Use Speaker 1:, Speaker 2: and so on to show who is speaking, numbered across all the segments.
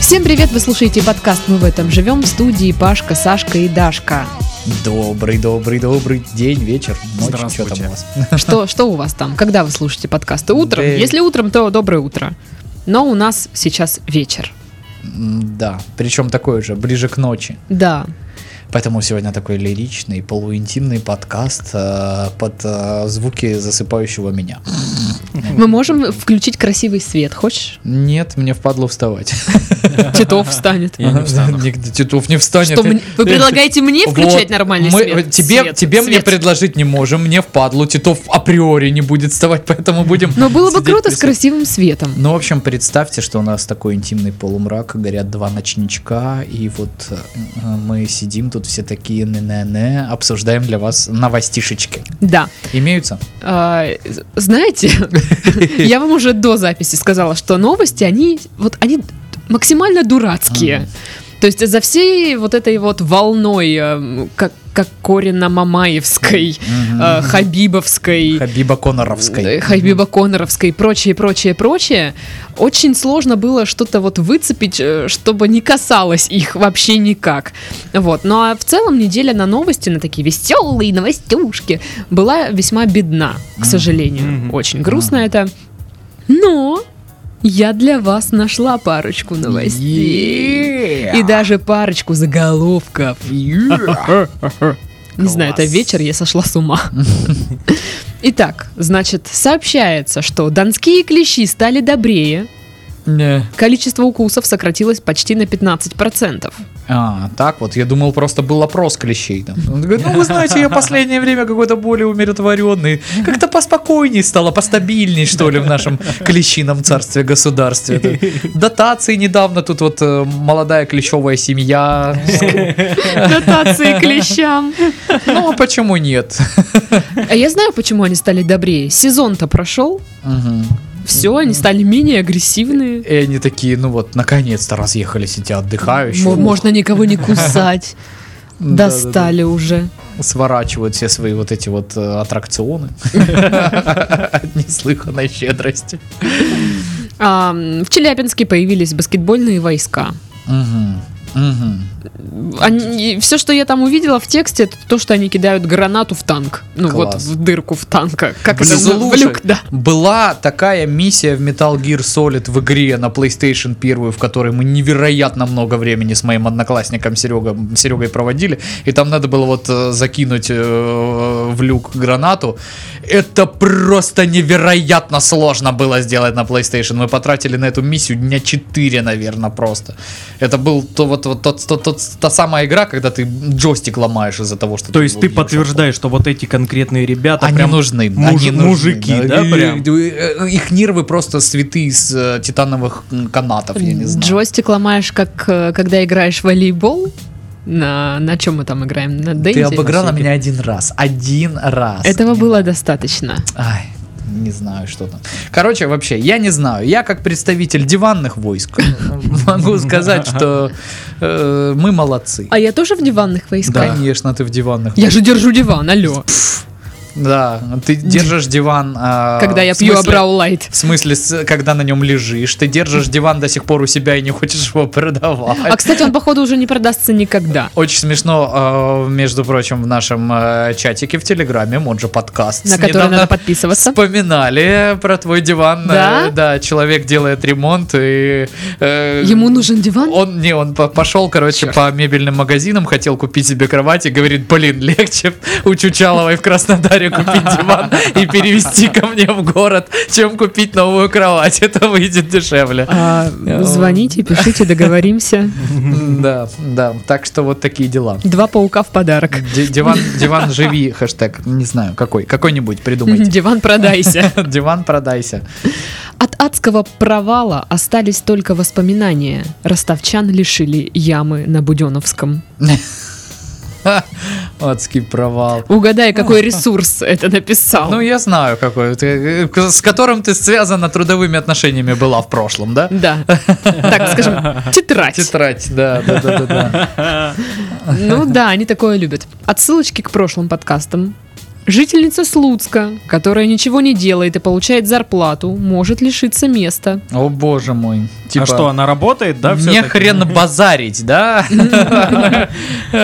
Speaker 1: Всем привет! Вы слушаете подкаст «Мы в этом живем» в студии Пашка, Сашка и Дашка.
Speaker 2: Добрый, добрый, добрый день, вечер, ночь,
Speaker 3: Здравствуйте.
Speaker 2: что там у вас?
Speaker 1: Что, что у вас там? Когда вы слушаете подкасты? Утром?
Speaker 2: Да-
Speaker 1: Если утром, то доброе утро. Но у нас сейчас вечер.
Speaker 2: М, Да, причем такое же, ближе к ночи.
Speaker 1: Да,
Speaker 2: Поэтому сегодня такой лиричный, полуинтимный подкаст э, под э, звуки засыпающего меня.
Speaker 1: мы можем включить красивый свет. Хочешь?
Speaker 2: Нет, мне впадло вставать.
Speaker 1: Титов встанет.
Speaker 3: Я не встану.
Speaker 2: Нигде Титов не встанет.
Speaker 1: Что, мне- вы предлагаете мне
Speaker 2: Вот,
Speaker 1: включать нормальный
Speaker 2: мы-
Speaker 1: свет?
Speaker 2: Тебе,
Speaker 1: Свет,
Speaker 2: тебе мне
Speaker 1: свет.
Speaker 2: предложить не можем, мне впадло. Титов априори не будет вставать, поэтому будем...
Speaker 1: Но было бы
Speaker 2: сидеть
Speaker 1: круто с
Speaker 2: присутствовать.
Speaker 1: красивым светом.
Speaker 2: Ну, в общем, представьте, что у нас такой интимный полумрак, горят два ночничка, и вот э, мы сидим тут все такие не-не-не, обсуждаем для вас новостишечки.
Speaker 1: Да.
Speaker 2: Имеются?
Speaker 1: А, знаете, я вам уже до записи сказала, что новости, они вот они максимально дурацкие.
Speaker 2: Ага.
Speaker 1: То есть за всей вот этой вот волной, эм, как, как Корина Мамаевской, э, Хабибовской,
Speaker 2: Хабиба Коноровской.
Speaker 1: э, Хабиба Коноровской и прочее, прочее, прочее, очень сложно было что-то вот выцепить, э, чтобы не касалось их вообще никак. Вот. Ну а в целом неделя на новости, на такие веселые новостюшки, была весьма бедна, к
Speaker 2: Мгм.
Speaker 1: сожалению.
Speaker 3: Мгм.
Speaker 1: Очень грустно это. Но я для вас нашла парочку новостей.
Speaker 2: Е-е-е.
Speaker 1: И даже парочку заголовков.
Speaker 2: Е-е.
Speaker 1: Не знаю, это
Speaker 2: Класс.
Speaker 1: вечер, я сошла с ума. Итак, значит, сообщается, что донские клещи стали добрее,
Speaker 2: Не.
Speaker 1: количество укусов сократилось почти на 15%.
Speaker 2: А, так вот, я думал, просто был опрос клещей там. Он говорит, ну вы знаете, я последнее время какой-то более умиротворенный, как-то поспокойней стало, постабильней, что ли, в нашем клещином царстве-государстве. Дотации недавно тут вот э, молодая клещевая семья.
Speaker 1: Дотации клещам.
Speaker 2: Ну, а почему нет?
Speaker 1: А я знаю, почему они стали добрее. Сезон-то прошел,
Speaker 2: Мгм.
Speaker 1: все, они стали менее агрессивные.
Speaker 2: И они такие, ну вот, наконец-то разъехались эти отдыхающие.
Speaker 1: М- Можно никого не кусать.
Speaker 2: Да-да-да.
Speaker 1: Достали уже.
Speaker 2: Сворачивают все свои вот эти вот э, аттракционы. От неслыханной щедрости.
Speaker 1: А, м, в Челябинске появились баскетбольные войска.
Speaker 2: Мгм. Мгм.
Speaker 1: все, что я там увидела в тексте, это то, что они кидают гранату в танк. Ну вот,
Speaker 2: Класс.
Speaker 1: в дырку в танка. Как
Speaker 2: Блин,
Speaker 1: это ну, в
Speaker 2: слушай.
Speaker 1: люк, да.
Speaker 2: Была такая миссия в Metal Gear Solid в игре на PlayStation 1, в которой мы невероятно много времени с моим одноклассником Серега, Серегой проводили. И там надо было вот э, закинуть э, в люк гранату. Это просто невероятно сложно было сделать на PlayStation. Мы потратили на эту миссию дня 4, наверное, просто. Это был то, вот, вот, тот, тот- тот- та самая игра, когда ты джойстик ломаешь из-за того, что
Speaker 3: То есть
Speaker 2: его
Speaker 3: ты
Speaker 2: бьешь об пол.
Speaker 3: подтверждаешь, что вот эти конкретные ребята
Speaker 2: Они
Speaker 3: прям
Speaker 2: нужны.
Speaker 3: муж-
Speaker 2: они нужны,
Speaker 3: мужики, да,
Speaker 2: И-
Speaker 3: прям?
Speaker 2: и- э, Их нервы просто цветы из э, титановых м, канатов, я не знаю.
Speaker 1: Джойстик ломаешь, как э, когда играешь в волейбол. На, на чем мы там играем? На
Speaker 2: Ты
Speaker 1: Денди?
Speaker 2: обыграла меня один раз. Один раз.
Speaker 1: Этого
Speaker 2: Не
Speaker 1: было достаточно.
Speaker 2: Ай, не знаю, что там. Короче, вообще, я не знаю. Я как представитель диванных войск могу сказать, что э, мы молодцы.
Speaker 1: А я тоже в диванных войсках?
Speaker 2: Конечно, ты в диванных.
Speaker 1: Я же держу диван, алло.
Speaker 2: Да, ты держишь диван. а,
Speaker 1: Когда я
Speaker 2: в
Speaker 1: пью
Speaker 2: смысле-
Speaker 1: Абрау Лайт.
Speaker 2: В смысле, с- когда на нем лежишь, ты держишь диван до сих пор у себя и не хочешь его продавать.
Speaker 1: А, кстати, он, походу, уже не продастся никогда.
Speaker 2: Очень смешно, э, между прочим, в нашем э, чатике в Телеграме, он же подкаст.
Speaker 1: На который
Speaker 2: недавно
Speaker 1: надо подписываться.
Speaker 2: Вспоминали про твой диван. Э,
Speaker 1: Да?
Speaker 2: да, человек делает ремонт и... э,
Speaker 1: Ему нужен диван?
Speaker 2: Он, не, он по- пошел, короче,
Speaker 1: Чёрт.
Speaker 2: по мебельным магазинам, хотел купить себе кровать и говорит, блин, легче у Чучаловой в Краснодаре купить диван и перевести ко мне в город, чем купить новую кровать. Это выйдет дешевле.
Speaker 1: А, звоните, пишите, договоримся.
Speaker 2: Да, да, так что вот такие дела.
Speaker 1: Два паука в подарок.
Speaker 2: Ди- Диван, диван живи, хэштег, не знаю, какой, какой-нибудь придумайте.
Speaker 1: Диван продайся.
Speaker 2: Диван продайся.
Speaker 1: От адского провала остались только воспоминания. Ростовчан лишили ямы на Буденовском.
Speaker 2: Ха, Адский провал.
Speaker 1: Угадай, какой ресурс это написал.
Speaker 2: Ну, я знаю, какой. ты- э, с которым ты связана трудовыми отношениями была в прошлом, да?
Speaker 1: Да. Так, скажем, тетрадь.
Speaker 2: Тетрадь, да, да, да, да, да.
Speaker 1: Ну да, они такое любят. Отсылочки к прошлым подкастам. Жительница Слуцка, которая ничего не делает и получает зарплату, может лишиться места.
Speaker 2: О боже мой. Типа,
Speaker 3: а что, она работает, да?
Speaker 2: не
Speaker 3: всё-таки?
Speaker 2: хрен базарить, да?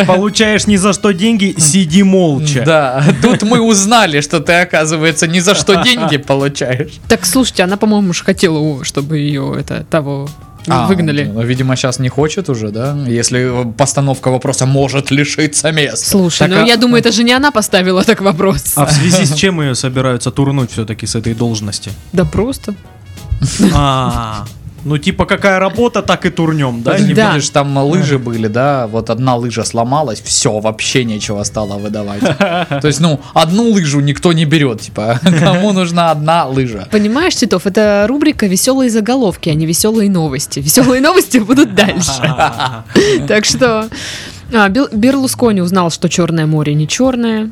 Speaker 3: Получаешь ни за что деньги, сиди молча.
Speaker 2: Да, тут мы узнали, что ты, оказывается, ни за что деньги получаешь.
Speaker 1: Так, слушайте, она, по-моему, же хотела, о, чтобы ее это того
Speaker 2: А,
Speaker 1: выгнали.
Speaker 2: ну, видимо, сейчас не хочет уже, да? Если постановка вопроса может лишиться места.
Speaker 1: Слушай,
Speaker 2: Так,
Speaker 1: ну
Speaker 2: а-
Speaker 1: я думаю, это же не она поставила так вопрос.
Speaker 3: А в связи с чем ее собираются турнуть все-таки с этой должности?
Speaker 1: Да просто.
Speaker 3: А, ну типа какая работа, так и турнем, да?
Speaker 2: Да, не
Speaker 1: Да.
Speaker 2: видишь, там лыжи были, да, вот одна лыжа сломалась, все, вообще нечего стало выдавать. То есть, ну, одну лыжу никто не берет, типа, кому нужна одна лыжа?
Speaker 1: Понимаешь, Титов, это рубрика «Веселые заголовки», а не «Веселые новости». «Веселые новости» будут дальше.
Speaker 3: А,
Speaker 1: Так что а, Бел- Берлускони узнал, что Черное море не черное.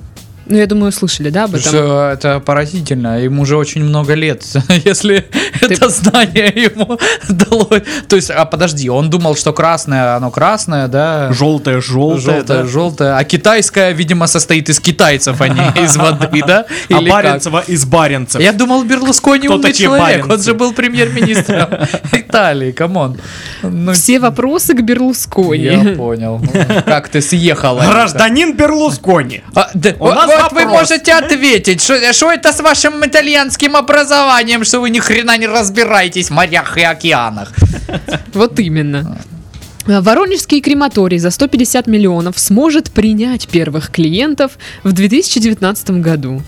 Speaker 1: Ну, я думаю, слышали, да, об этом?
Speaker 2: Что это поразительно, ему же очень много лет, если это знание ему дало. То есть, а подожди, он думал, что красное, оно красное, да?
Speaker 3: Желтая, желтая,
Speaker 2: Желтое,
Speaker 3: А, да?
Speaker 2: желтое. А китайская, видимо, состоит из китайцев, а не из воды, да?
Speaker 3: А
Speaker 2: Или как?
Speaker 3: Баренцева из Баренцев.
Speaker 2: Я думал, Берлускони
Speaker 3: Кто
Speaker 2: умный
Speaker 3: такие
Speaker 2: человек, он
Speaker 3: баринцы?
Speaker 2: же был премьер-министром Италии, камон. Ну,
Speaker 1: Все вопросы к
Speaker 2: я
Speaker 1: Берлускони.
Speaker 2: понял. Ну, Как ты съехала?
Speaker 3: Гражданин Берлускони.
Speaker 2: А, да,
Speaker 3: У нас
Speaker 2: вот вы
Speaker 3: вопрос.
Speaker 2: можете ответить, что это с вашим итальянским образованием, что вы ни хрена не разбираетесь в морях и океанах.
Speaker 1: Вот именно. А, Воронежский крематорий за 150 миллионов сможет принять первых клиентов в 2019 году.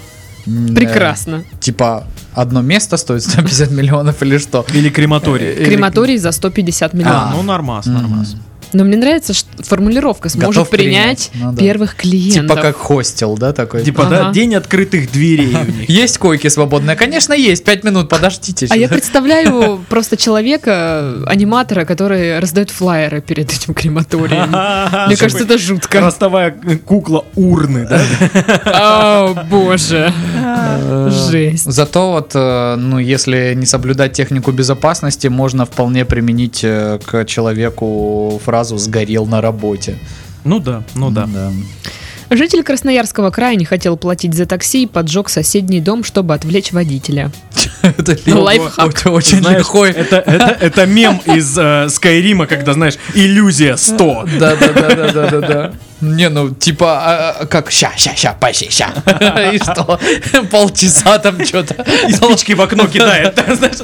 Speaker 1: Прекрасно.
Speaker 2: Типа, одно место стоит 150 миллионов или что?
Speaker 3: Или крематорий.
Speaker 2: Или-
Speaker 1: Крематорий за 150
Speaker 3: А,
Speaker 1: миллионов.
Speaker 3: ну нормас, нормас.
Speaker 1: Но мне нравится что формулировка «сможет
Speaker 2: Готов
Speaker 1: принять,
Speaker 2: принять». Ну да.
Speaker 1: первых клиентов».
Speaker 2: Типа как хостел, да, такой?
Speaker 3: Типа, да,
Speaker 1: Ага.
Speaker 3: день открытых дверей у них.
Speaker 2: Есть койки свободные? Конечно, есть. Пять минут, подождите.
Speaker 1: А я представляю просто человека, аниматора, который раздает флаеры перед этим крематорием. Мне кажется, это жутко.
Speaker 3: Ростовая кукла урны, да?
Speaker 1: О, боже. Жесть.
Speaker 2: Зато вот, э, ну, если не соблюдать технику безопасности, можно вполне применить э, к человеку фразу «сгорел на работе».
Speaker 3: Ну да, ну да.
Speaker 1: Житель Красноярского края не хотел платить за такси и поджег соседний дом, чтобы отвлечь водителя.
Speaker 2: Это легко.
Speaker 1: лайфхак.
Speaker 2: Это очень
Speaker 3: Знаешь,
Speaker 2: легко.
Speaker 3: Это, это, это мем из э, Скайрима, когда, знаешь, иллюзия 100.
Speaker 2: Да, да, да, да, да, да, да. Не, ну, типа, а, а, как ща, ща, ща, пощи, ща. И что? Полчаса там что-то.
Speaker 3: И спички в окно кидает. да, знаешь,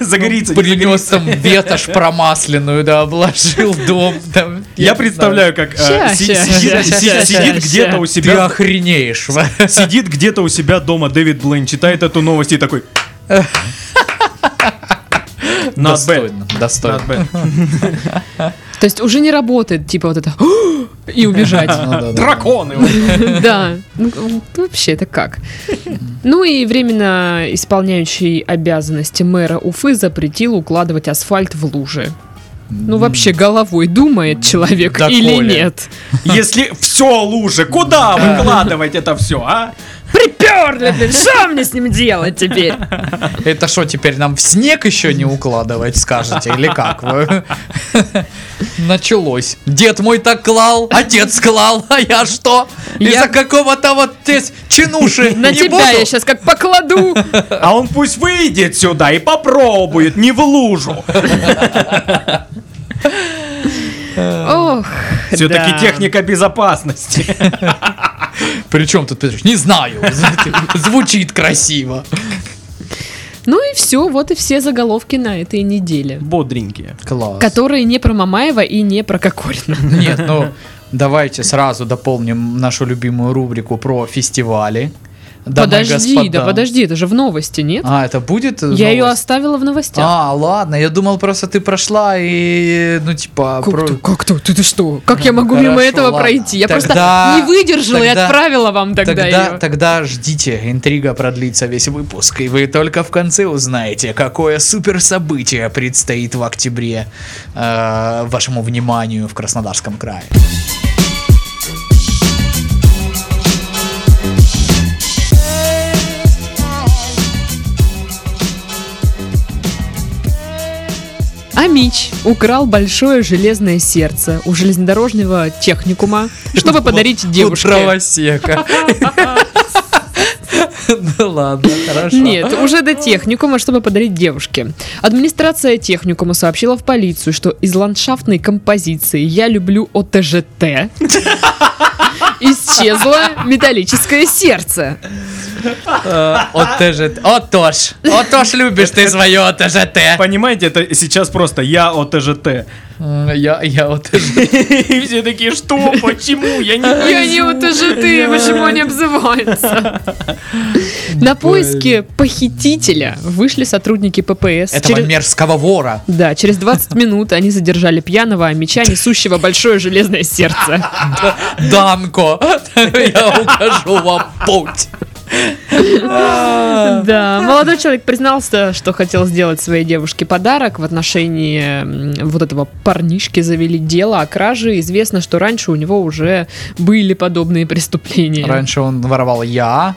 Speaker 3: Загорится. не
Speaker 2: Принес
Speaker 3: загорится.
Speaker 2: там ветошь промасленную, да, обложил дом. там.
Speaker 3: Я
Speaker 2: не
Speaker 3: представляю, как э,
Speaker 1: Ща,
Speaker 3: си-
Speaker 1: ща,
Speaker 3: сидит-
Speaker 1: ща,
Speaker 3: си-
Speaker 1: ща,
Speaker 3: сидит
Speaker 1: ща.
Speaker 3: где-то
Speaker 2: знаю.
Speaker 3: у
Speaker 2: Ты
Speaker 3: себя.
Speaker 2: охренеешь.
Speaker 3: Сидит где-то у себя дома Дэвид Блейн, читает эту новость и такой. Not bad.
Speaker 2: Достойно, достойно.
Speaker 3: Not bad.
Speaker 1: То есть уже не работает, типа вот это и убежать.
Speaker 2: Ну да, да, да.
Speaker 3: Драконы!
Speaker 1: Да, ну ну, вообще это как? Ну и временно исполняющий обязанности мэра Уфы запретил укладывать асфальт в лужи. Ну вообще головой думает человек
Speaker 2: Да,
Speaker 1: или
Speaker 2: Коля.
Speaker 1: нет?
Speaker 3: Если все лужи, куда выкладывать это все, а?
Speaker 1: Приперли, блин, что мне с ним делать теперь?
Speaker 2: Это что, теперь нам в снег еще не укладывать, скажете, или как? вы? Началось. Дед мой так клал, отец клал, а я что?
Speaker 1: Я-
Speaker 2: Из-за какого-то вот здесь чинуши
Speaker 1: На
Speaker 2: не
Speaker 1: тебя я
Speaker 2: буду?
Speaker 1: сейчас как покладу.
Speaker 3: А он пусть выйдет сюда и попробует, не в лужу.
Speaker 1: Ох,
Speaker 3: Все-таки
Speaker 1: да.
Speaker 3: техника безопасности.
Speaker 2: Причем тут Петрович? Не знаю. Звучит красиво.
Speaker 1: Ну и все, вот и все заголовки на этой неделе.
Speaker 3: Бодренькие.
Speaker 2: Класс.
Speaker 1: Которые не про Мамаева и не про Кокорина.
Speaker 2: Нет, ну давайте сразу дополним нашу любимую рубрику про фестивали. Дамы и
Speaker 1: Подожди,
Speaker 2: господа.
Speaker 1: да подожди, это же в новости, нет?
Speaker 2: А, это будет?
Speaker 1: Я ее
Speaker 2: новость?
Speaker 1: оставила в новостях.
Speaker 2: А, ладно, я думал, просто ты прошла и, ну, типа...
Speaker 1: Как
Speaker 2: про-
Speaker 1: то, как то? Ты, ты что? Как я могу мимо
Speaker 2: Хорошо,
Speaker 1: этого
Speaker 2: ладно.
Speaker 1: пройти? Я просто
Speaker 2: Тогда-
Speaker 1: не выдержала и
Speaker 2: тогда-
Speaker 1: отправила вам тогда,
Speaker 2: Тогда,
Speaker 1: её.
Speaker 2: тогда ждите, интрига продлится весь выпуск, и вы только в конце узнаете, какое супер событие предстоит в октябре э, вашему вниманию в Краснодарском крае.
Speaker 1: Амич А украл большое железное сердце у железнодорожного техникума, чтобы подарить
Speaker 2: Вот
Speaker 1: девушке.
Speaker 2: дровосека. Ну ладно, хорошо.
Speaker 1: Нет, уже до техникума, чтобы подарить девушке. Администрация техникума сообщила в полицию, что из ландшафтной композиции «Я люблю ОТЖТ» исчезло металлическое сердце.
Speaker 2: Э, ОТЖТ. Отош. Отош любишь ты свое ОТЖТ.
Speaker 3: Понимаете, это сейчас просто я от ТЖТ.
Speaker 2: Я, я ОТЖТ.
Speaker 3: И все такие, что, почему, я не...
Speaker 1: Я не ОТЖТ, почему они обзываются? На поиски похитителя вышли сотрудники ППС.
Speaker 2: Этого
Speaker 1: Через-
Speaker 2: мерзкого вора.
Speaker 1: Да, через 20 минут они задержали пьяного амича, несущего большое железное сердце.
Speaker 2: Данко, я укажу вам путь.
Speaker 1: Да, молодой человек признался, что хотел сделать своей девушке подарок. В отношении м, вот этого парнишки завели дело о краже. Известно, что раньше у него уже были подобные преступления.
Speaker 2: Раньше он воровал я.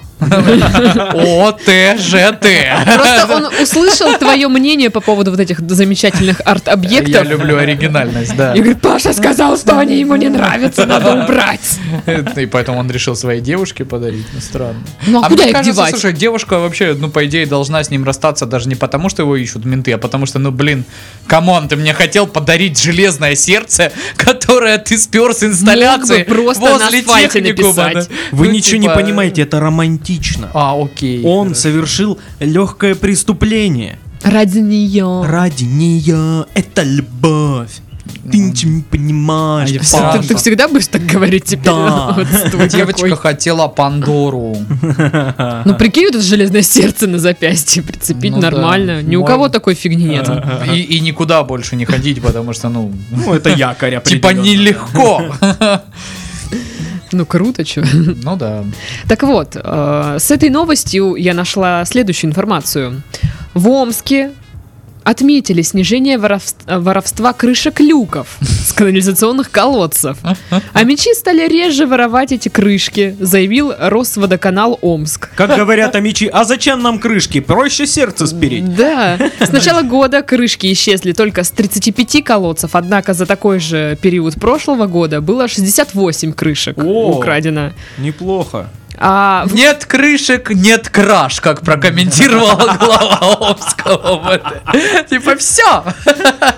Speaker 2: ОТЖТ.
Speaker 1: Просто он услышал твое мнение по поводу вот этих замечательных
Speaker 2: Я
Speaker 1: арт-объектов.
Speaker 2: люблю оригинальность, да.
Speaker 1: И говорит, Паша сказал, что они ему не нравятся, надо убрать.
Speaker 2: И поэтому он решил своей девушке подарить. Ну, странно.
Speaker 1: Ну а, куда
Speaker 2: мне
Speaker 1: их
Speaker 2: кажется,
Speaker 1: девать?
Speaker 2: слушай, девушка вообще, ну, по идее, должна с ним расстаться даже не потому, что его ищут менты, а потому что, ну, блин, камон, ты мне хотел подарить железное сердце, которое ты спер с инсталляции
Speaker 1: Мог бы просто на
Speaker 2: возле
Speaker 1: асфальте
Speaker 2: техникума, да.
Speaker 1: написать.
Speaker 3: Вы
Speaker 2: Ну,
Speaker 3: ничего не
Speaker 2: типа,
Speaker 3: понимаете, это романтично.
Speaker 2: А, окей.
Speaker 3: Он
Speaker 2: хорошо.
Speaker 3: совершил легкое преступление.
Speaker 1: Ради нее.
Speaker 3: Ради нее это любовь. Ты ничего не понимаешь.
Speaker 2: А я
Speaker 3: Паша.
Speaker 2: всегда-
Speaker 1: Ты, ты всегда будешь так говорить теперь?
Speaker 3: Да.
Speaker 1: Вот стой
Speaker 2: Девочка
Speaker 1: какой.
Speaker 2: хотела Пандору.
Speaker 1: Ну прикинь, вот это железное сердце на запястье прицепить
Speaker 2: Ну да,
Speaker 1: нормально. Ни у кого
Speaker 2: можно.
Speaker 1: такой фигни нет.
Speaker 2: И, и никуда больше не ходить, потому что, ну,
Speaker 3: Ну, это якорь
Speaker 2: типа
Speaker 3: определенно.
Speaker 2: нелегко.
Speaker 1: Ну круто, чё.
Speaker 2: Ну да.
Speaker 1: Так вот, э, с этой новостью я нашла следующую информацию. В Омске отметили снижение воровс- э, воровства крышек люков с канализационных колодцев. А мечи стали реже воровать эти крышки, заявил Росводоканал Омск.
Speaker 3: Как говорят амичи, а зачем нам крышки? Проще сердце спереть.
Speaker 1: Да, с начала года крышки исчезли только с 35 колодцев, однако за такой же период прошлого года было 68 крышек
Speaker 3: О.
Speaker 1: украдено.
Speaker 3: Неплохо.
Speaker 1: А в-
Speaker 2: Нет крышек, нет краж, как прокомментировала глава Омского ВД. Типа все,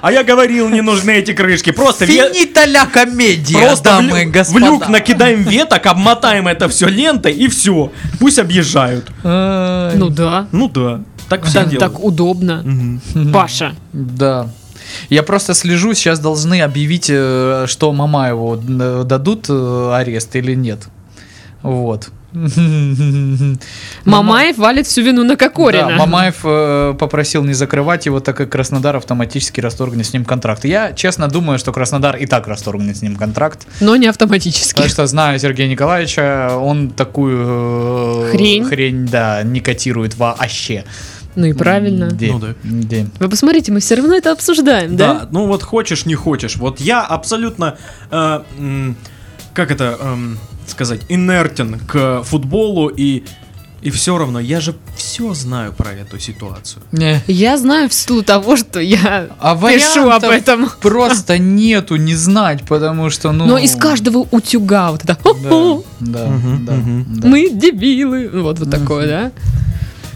Speaker 3: А я говорил, не нужны эти крышки. Просто ве-
Speaker 2: финита ля комедия,
Speaker 3: Просто в,
Speaker 2: дамы и
Speaker 3: лю- в
Speaker 2: господа.
Speaker 3: люк накидаем веток, обмотаем это все лентой и все. Пусть объезжают.
Speaker 2: Ай,
Speaker 1: ну да,
Speaker 3: Ну да, так все
Speaker 1: так, так удобно. Ну, Паша,
Speaker 2: Да. Я просто слежу, сейчас должны объявить, э, что Мамаеву э, дадут э, арест или нет. Вот.
Speaker 1: Мамаев валит всю вину на Кокорина.
Speaker 2: Да, Мамаев э, попросил не закрывать его, так как Краснодар автоматически расторгнет с ним контракт. Я честно думаю, что Краснодар и так расторгнет с ним контракт.
Speaker 1: Но не автоматически.
Speaker 2: Потому что знаю Сергея Николаевича, он такую э,
Speaker 1: Хрень.
Speaker 2: хрень да, не котирует вообще.
Speaker 1: Ну и правильно.
Speaker 2: Где?
Speaker 3: Ну да.
Speaker 2: Где?
Speaker 1: Вы посмотрите, мы все равно это обсуждаем,
Speaker 3: Да?
Speaker 1: да?
Speaker 3: ну вот хочешь, не хочешь. Вот я абсолютно, э, м, как это эм, сказать, инертен к футболу и и все равно, я же все знаю про эту ситуацию.
Speaker 1: Я знаю в силу того, что я
Speaker 2: А
Speaker 1: пишу об
Speaker 2: вариантов
Speaker 1: этом.
Speaker 2: Просто нету не знать, потому что, ну...
Speaker 1: Но из каждого утюга вот это.
Speaker 2: Да, да,
Speaker 3: Мгм,
Speaker 2: да,
Speaker 3: мгм.
Speaker 2: да.
Speaker 1: Мы дебилы. Ну, Вот, вот такое, да?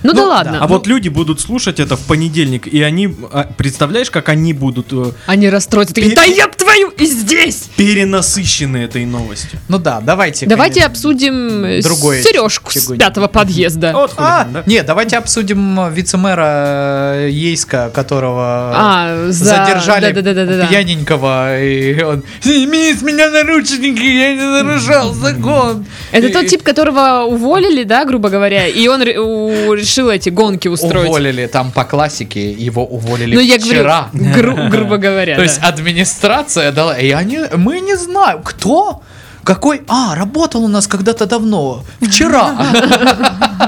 Speaker 1: Ну, да ладно.
Speaker 3: А вот люди будут слушать это в понедельник, и они, а, представляешь, как они будут э,
Speaker 1: Они расстроятся. такие,
Speaker 3: Пи-
Speaker 1: да я твою и здесь!
Speaker 3: перенасыщены этой новостью.
Speaker 2: Ну да, давайте.
Speaker 1: Давайте
Speaker 2: конечно.
Speaker 1: обсудим
Speaker 2: Другое
Speaker 1: сережку с
Speaker 2: чего-нибудь.
Speaker 1: пятого подъезда.
Speaker 3: Вот
Speaker 2: А,
Speaker 3: хулиган, да?
Speaker 2: нет, давайте обсудим э, вице-мэра э, Ейска, которого...
Speaker 1: А, за-
Speaker 2: задержали
Speaker 1: Да-да-да-да-да.
Speaker 2: пьяненького, и он «Сними с меня наручники, я не нарушал закон».
Speaker 1: Это
Speaker 2: И-
Speaker 1: тот
Speaker 2: и
Speaker 1: тип, которого уволили, да, грубо говоря, и он ре- у- решил эти гонки устроить.
Speaker 2: Уволили там по классике, его уволили
Speaker 1: Ну, я
Speaker 2: вчера.
Speaker 1: говорю, гру- грубо говоря.
Speaker 2: То есть
Speaker 1: да.
Speaker 2: администрация дала, и они, мы не знаем, кто, какой, а, работал у нас когда-то давно, вчера.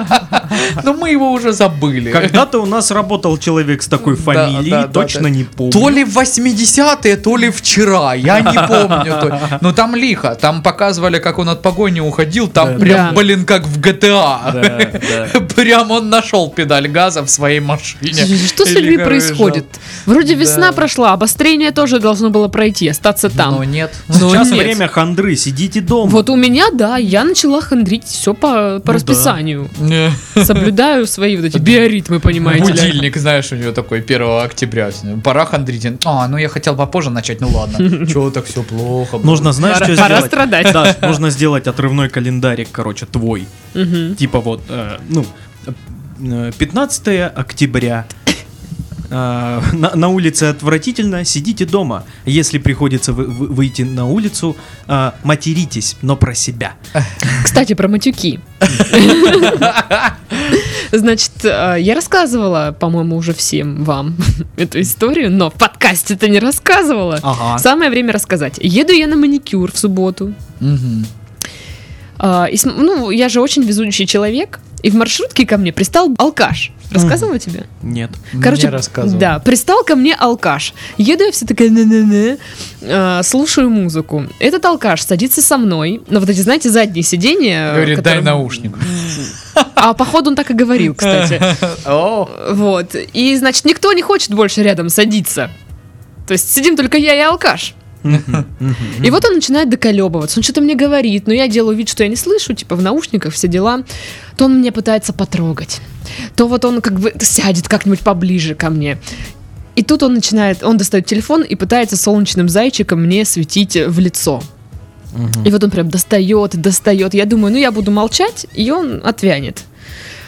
Speaker 2: Но мы его уже забыли.
Speaker 3: Когда-то у нас работал человек с такой фамилией,
Speaker 2: да, да,
Speaker 3: точно
Speaker 2: да.
Speaker 3: не помню.
Speaker 2: То ли в 80-е, то ли вчера, я не помню. То- Но там лихо, там показывали, как он от погони уходил, там
Speaker 3: Да.
Speaker 1: Да.
Speaker 2: прям, блин, как в GTA.
Speaker 3: Да, да.
Speaker 2: Прям он нашел педаль газа в своей машине.
Speaker 1: Слушай, Что с
Speaker 2: Или
Speaker 1: людьми
Speaker 2: как
Speaker 1: происходит?
Speaker 2: уезжал.
Speaker 1: Вроде
Speaker 2: Да.
Speaker 1: весна прошла, обострение тоже должно было пройти, остаться
Speaker 2: Но
Speaker 1: там.
Speaker 2: нет.
Speaker 1: Ну,
Speaker 3: Сейчас
Speaker 1: нет.
Speaker 3: время хандры, сиди сидите дома.
Speaker 1: Вот у меня, да, я начала хандрить все
Speaker 2: Ну
Speaker 1: по, по
Speaker 3: да.
Speaker 1: расписанию.
Speaker 2: Не.
Speaker 1: Соблюдаю свои вот эти биоритмы, понимаете ли.
Speaker 2: Будильник, знаешь, у нее такой 1 октября. Пора хандрить. А, ну я хотел попозже начать, ну ладно. Чего так все плохо? было?
Speaker 3: Нужно, знаешь,
Speaker 1: Пора-
Speaker 3: что
Speaker 1: пора
Speaker 3: сделать?
Speaker 1: страдать.
Speaker 3: Да, нужно сделать отрывной календарик, короче, твой.
Speaker 1: Мгм.
Speaker 3: Типа вот, э, ну, э, 15 октября. Э, На, на улице отвратительно, сидите дома. Если приходится вы- вы- выйти на улицу, э, материтесь, но про себя.
Speaker 1: Кстати, про матюки. Значит, э, я рассказывала, по-моему, уже всем вам эту историю, но в подкасте-то не рассказывала.
Speaker 2: Ага.
Speaker 1: Самое время рассказать. Еду я на маникюр в субботу.
Speaker 2: Мгм.
Speaker 1: А, и см- ну, я же очень везучий человек. И в маршрутке ко мне пристал алкаш. Рассказывала тебе?
Speaker 3: Нет.
Speaker 2: Мне рассказывал.
Speaker 1: да, пристал ко мне алкаш. Еду я все такая на слушаю музыку. Этот алкаш садится со мной. На вот эти, знаете, задние сиденья.
Speaker 2: Говорит, дай
Speaker 1: которым-
Speaker 2: наушник.
Speaker 1: А походу он так и говорил, кстати.
Speaker 2: О,
Speaker 1: Вот. И, значит, никто не хочет больше рядом садиться. То есть сидим только я и алкаш. И вот он начинает доколебываться. Он что-то мне говорит, но я делаю вид, что я не слышу, типа в наушниках все дела. То он меня пытается потрогать. То вот он как бы сядет как-нибудь поближе ко мне. И тут он начинает, он достает телефон и пытается солнечным зайчиком мне светить в лицо. И вот он прям достает, и достает. Я думаю, ну я буду молчать, и он отвянет.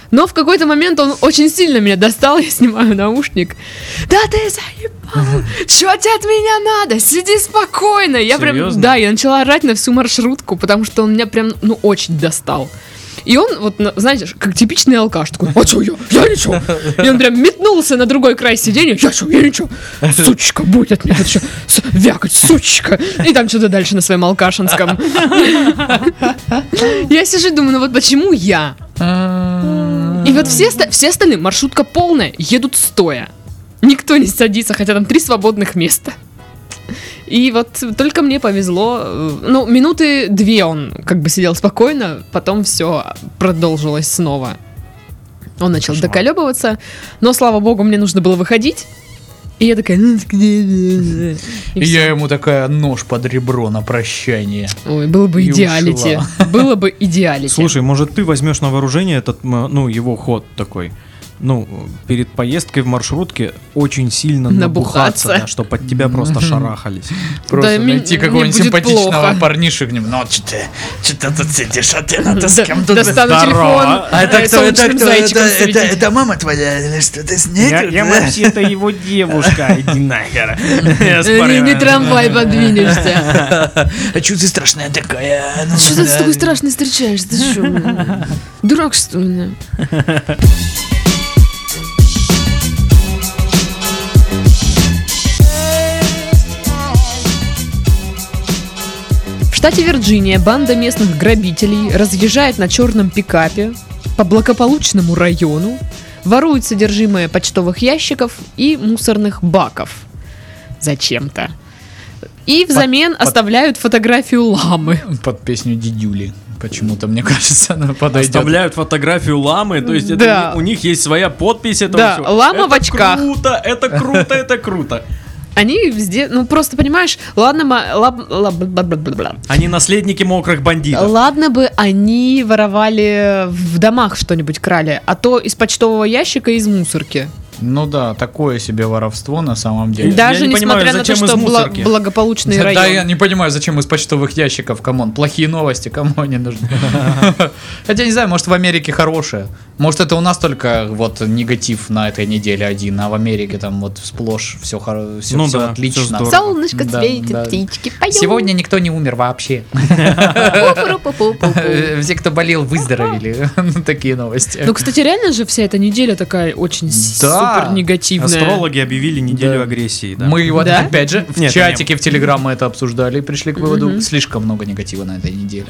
Speaker 1: Но в какой-то момент он очень сильно меня достал, я снимаю наушник. Да ты заебал! Чё тебе от меня надо? Сиди спокойно! Я прям,
Speaker 3: Серьёзно?
Speaker 1: да, я начала орать на всю маршрутку, потому что он меня прям, ну, очень достал. И он, вот, на- знаете, как типичный алкаш, такой, а чё я? Я ничего. И он прям метнулся на другой край сиденья, я чё, я ничего. Сучка, будет от меня тут чё с- вякать, сучка. И там что-то дальше на своем алкашинском. Я сижу и думаю, ну вот почему я? И вот все, оста- все остальные, маршрутка полная, едут стоя. Никто не садится, хотя там три свободных места. И вот только мне повезло. э, Ну, минуты две он как бы сидел спокойно, потом все продолжилось снова. Он начал
Speaker 3: Кошмар.
Speaker 1: доколебываться, но, слава богу, мне нужно было выходить. И я такая... «Ну, так не, не, не». И
Speaker 2: И
Speaker 1: всё.
Speaker 2: я ему такая нож под ребро на прощание.
Speaker 1: Ой, было бы
Speaker 2: и
Speaker 1: идеалити. Было бы идеалити.
Speaker 3: Слушай, может, ты возьмешь на вооружение этот, м, ну, его ход такой. Ну, перед поездкой в маршрутке очень сильно
Speaker 1: Набухаться.
Speaker 3: набухаться, да, чтоб под тебя просто шарахались.
Speaker 2: Просто
Speaker 1: ми-
Speaker 2: найти
Speaker 1: мне
Speaker 2: какого-нибудь
Speaker 1: будет
Speaker 2: симпатичного
Speaker 1: плохо.
Speaker 2: парнишу к ним. Ну, что ты, чё ты тут сидишь, а ты, ну, ты с
Speaker 1: Да-
Speaker 2: кем тут?
Speaker 1: Достану телефон.
Speaker 2: А это
Speaker 1: э,
Speaker 2: кто, это
Speaker 1: солнечным
Speaker 2: кто, это,
Speaker 1: зайчиком
Speaker 2: это,
Speaker 1: светить.
Speaker 2: это мама твоя или что, ты с ней? тут, да?
Speaker 3: вообще-то его девушка, иди нахер.
Speaker 1: Э, Не трамвай подвинешься.
Speaker 2: А чё ты страшная такая? Ну,
Speaker 1: Что ты с
Speaker 2: да.
Speaker 1: такой страшной встречаешься? Ты что? Дурак, что ли? В штате Вирджиния банда местных грабителей разъезжает на черном пикапе по благополучному району, ворует содержимое почтовых ящиков и мусорных баков. Зачем-то. И взамен оставляют фотографию ламы.
Speaker 2: Под песню Дидюли. Почему-то, мне кажется, она подойдет.
Speaker 3: Оставляют фотографию ламы, то есть это
Speaker 1: Да.
Speaker 3: у них- у них есть своя подпись этого
Speaker 1: Да,
Speaker 3: всего.
Speaker 1: лама
Speaker 3: Это
Speaker 1: в очках.
Speaker 3: круто, это круто, это круто.
Speaker 1: Они везде, ну просто понимаешь, ладно, ма- лаб- лаб- бла- бла- бла- бла.
Speaker 3: Они наследники мокрых бандитов.
Speaker 1: ладно бы они воровали в домах что-нибудь крали, а то из почтового ящика и из мусорки.
Speaker 2: Ну да, такое себе воровство на самом деле.
Speaker 1: Даже
Speaker 3: я не
Speaker 1: несмотря
Speaker 3: понимаю,
Speaker 1: на то,
Speaker 3: зачем из
Speaker 1: что бла-
Speaker 3: мусорки?
Speaker 1: благополучный район.
Speaker 2: Да, я не понимаю, зачем из почтовых ящиков, камон, плохие новости, кому они нужны. Хотя, не знаю, может, в Америке хорошие. Может, это у нас только вот негатив на этой неделе один, а в Америке там вот сплошь все
Speaker 3: Ну да, всё
Speaker 2: отлично.
Speaker 3: здорово.
Speaker 1: Солнышко
Speaker 2: Да,
Speaker 1: светит,
Speaker 2: да.
Speaker 1: птички поют.
Speaker 2: Сегодня никто не умер вообще.
Speaker 1: Пу-пу-ру-пу-пу-пу.
Speaker 2: Э, Все, кто болел, выздоровели. Ну, Такие новости.
Speaker 1: Ну, кстати, реально же вся эта неделя такая очень
Speaker 2: Да.
Speaker 1: супер негативная.
Speaker 3: Астрологи объявили неделю
Speaker 2: Да.
Speaker 3: агрессии, да.
Speaker 2: Мы вот
Speaker 1: Да?
Speaker 2: опять же в
Speaker 3: Нет,
Speaker 2: чатике, в Телеграм мы это обсуждали и пришли к выводу,
Speaker 1: Мгм.
Speaker 2: слишком много негатива на этой неделе.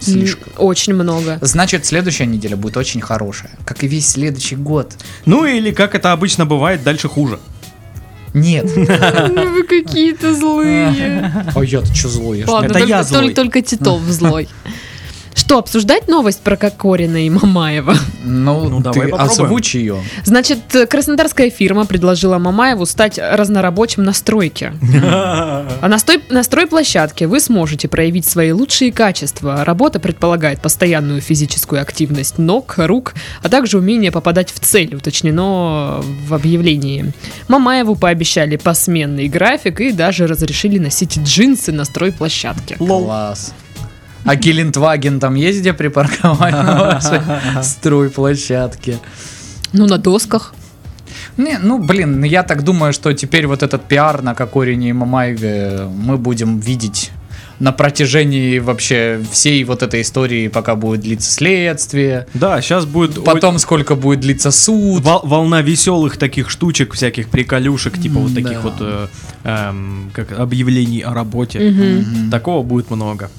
Speaker 2: Слишком.
Speaker 1: Очень много.
Speaker 2: Значит, следующая неделя будет очень хорошая, как и весь следующий год.
Speaker 3: Ну или, как это обычно бывает, дальше хуже.
Speaker 2: Нет.
Speaker 1: Ну, Вы какие-то злые.
Speaker 2: А я-то что злой? я ж
Speaker 1: Ладно,
Speaker 2: не-
Speaker 3: это
Speaker 1: только,
Speaker 3: я злой.
Speaker 1: только- только Титов злой. Что, обсуждать новость про Кокорина и Мамаева?
Speaker 2: Ну,
Speaker 3: Ну, давай
Speaker 2: ты
Speaker 3: попробуем.
Speaker 2: озвучь ее.
Speaker 1: Значит, краснодарская фирма предложила Мамаеву стать разнорабочим на стройке. А на, стой, на стройплощадке вы сможете проявить свои лучшие качества. Работа предполагает постоянную физическую активность ног, рук, а также умение попадать в цель, уточнено в объявлении. Мамаеву пообещали посменный график и даже разрешили носить джинсы на стройплощадке.
Speaker 3: Лол.
Speaker 2: Класс. А Гелендваген там есть где припарковать на вашей стройплощадке?
Speaker 1: Ну, на досках.
Speaker 2: Не, ну, блин, я так думаю, что теперь вот этот пиар на Кокорине и Мамаеве мы будем видеть на протяжении вообще всей вот этой истории, пока будет длиться следствие,
Speaker 3: Да, сейчас будет
Speaker 2: потом сколько будет длиться
Speaker 3: о-
Speaker 2: суд.
Speaker 3: вол- волна веселых таких штучек, всяких приколюшек, типа вот
Speaker 2: М-да.
Speaker 3: таких вот э, эм, как объявлений о работе.
Speaker 1: Мгм.
Speaker 2: Мгм.
Speaker 3: Такого будет много.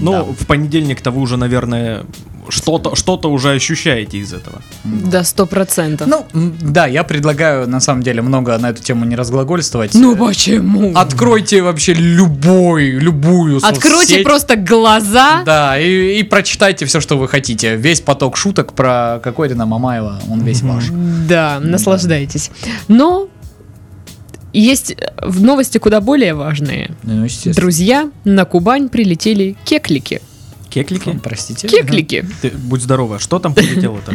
Speaker 3: Ну,
Speaker 2: Да.
Speaker 3: в понедельник-то вы уже, наверное, что-то что уже ощущаете из этого.
Speaker 1: Да, сто процентов.
Speaker 2: Ну, м, да, я предлагаю, на самом деле, много на эту тему не разглагольствовать.
Speaker 1: Ну
Speaker 2: Э,
Speaker 1: почему?
Speaker 2: Откройте вообще любой, любую
Speaker 1: Откройте
Speaker 2: соцсеть.
Speaker 1: просто а? глаза.
Speaker 2: Да, и, и прочитайте все, что вы хотите. Весь поток шуток про Кокорина Мамаева, он весь
Speaker 3: Мгм.
Speaker 2: ваш.
Speaker 1: Да, наслаждайтесь. Но есть э, в новости куда более важные.
Speaker 2: Ну, естественно.
Speaker 1: Друзья, на Кубань прилетели кеклики.
Speaker 3: Кеклики?
Speaker 2: Простите.
Speaker 1: Кеклики.
Speaker 3: Ну, Ты будь здорова, что там прилетело-то?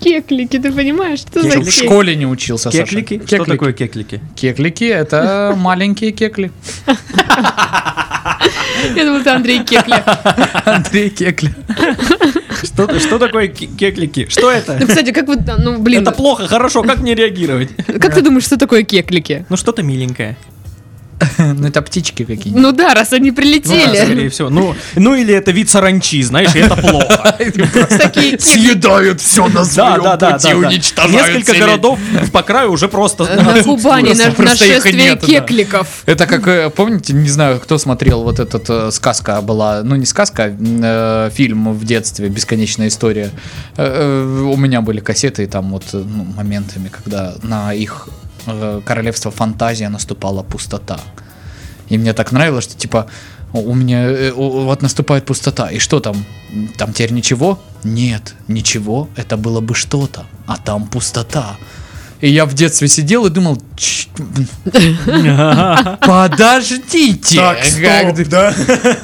Speaker 1: Кеклики, ты понимаешь, что
Speaker 2: Ты
Speaker 1: за
Speaker 2: чё, в
Speaker 1: кек-
Speaker 2: школе не учился, Саша?
Speaker 3: Кеклики? Что такое кеклики?
Speaker 2: Кеклики — это маленькие кекли.
Speaker 1: Я думала, это Андрей Кекли.
Speaker 2: Андрей Кекли.
Speaker 3: Что, что такое ке- кеклики? Что это?
Speaker 1: Ну, кстати, как вот, ну, блин,
Speaker 3: Это плохо, хорошо, как не реагировать?
Speaker 1: как ты думаешь, что такое кеклики?
Speaker 3: Ну что-то миленькое.
Speaker 2: Ну, это птички какие-нибудь.
Speaker 1: Ну да, раз они
Speaker 3: Ну, да, скорее
Speaker 1: прилетели.
Speaker 3: всего. Ну, ну или это вид саранчи, знаешь, и это плохо.
Speaker 1: Такие кеклики.
Speaker 2: Съедают все на
Speaker 3: Да,
Speaker 2: своем
Speaker 3: Ну, да, да,
Speaker 2: пути,
Speaker 3: да, да.
Speaker 2: уничтожают
Speaker 3: Несколько
Speaker 2: все ли-
Speaker 3: городов по краю уже просто...
Speaker 1: На Кубани на-
Speaker 2: Просто их и
Speaker 1: нашествие
Speaker 2: нет, да.
Speaker 1: кекликов.
Speaker 2: Это как, э, помните, не знаю, кто смотрел вот этот э, сказка была, ну не сказка, а, м, э, фильм в детстве "Бесконечная история". Э, э, у меня были кассеты и там вот э, ну, моментами, когда на их э, королевство фантазия наступала пустота. И мне так нравилось, что типа у меня э, у- вот наступает пустота. И что там? Там теперь ничего? Нет, ничего. Это было бы что-то. А там пустота. И я в детстве сидел и думал, «Чш, м, Подождите! как,
Speaker 3: да?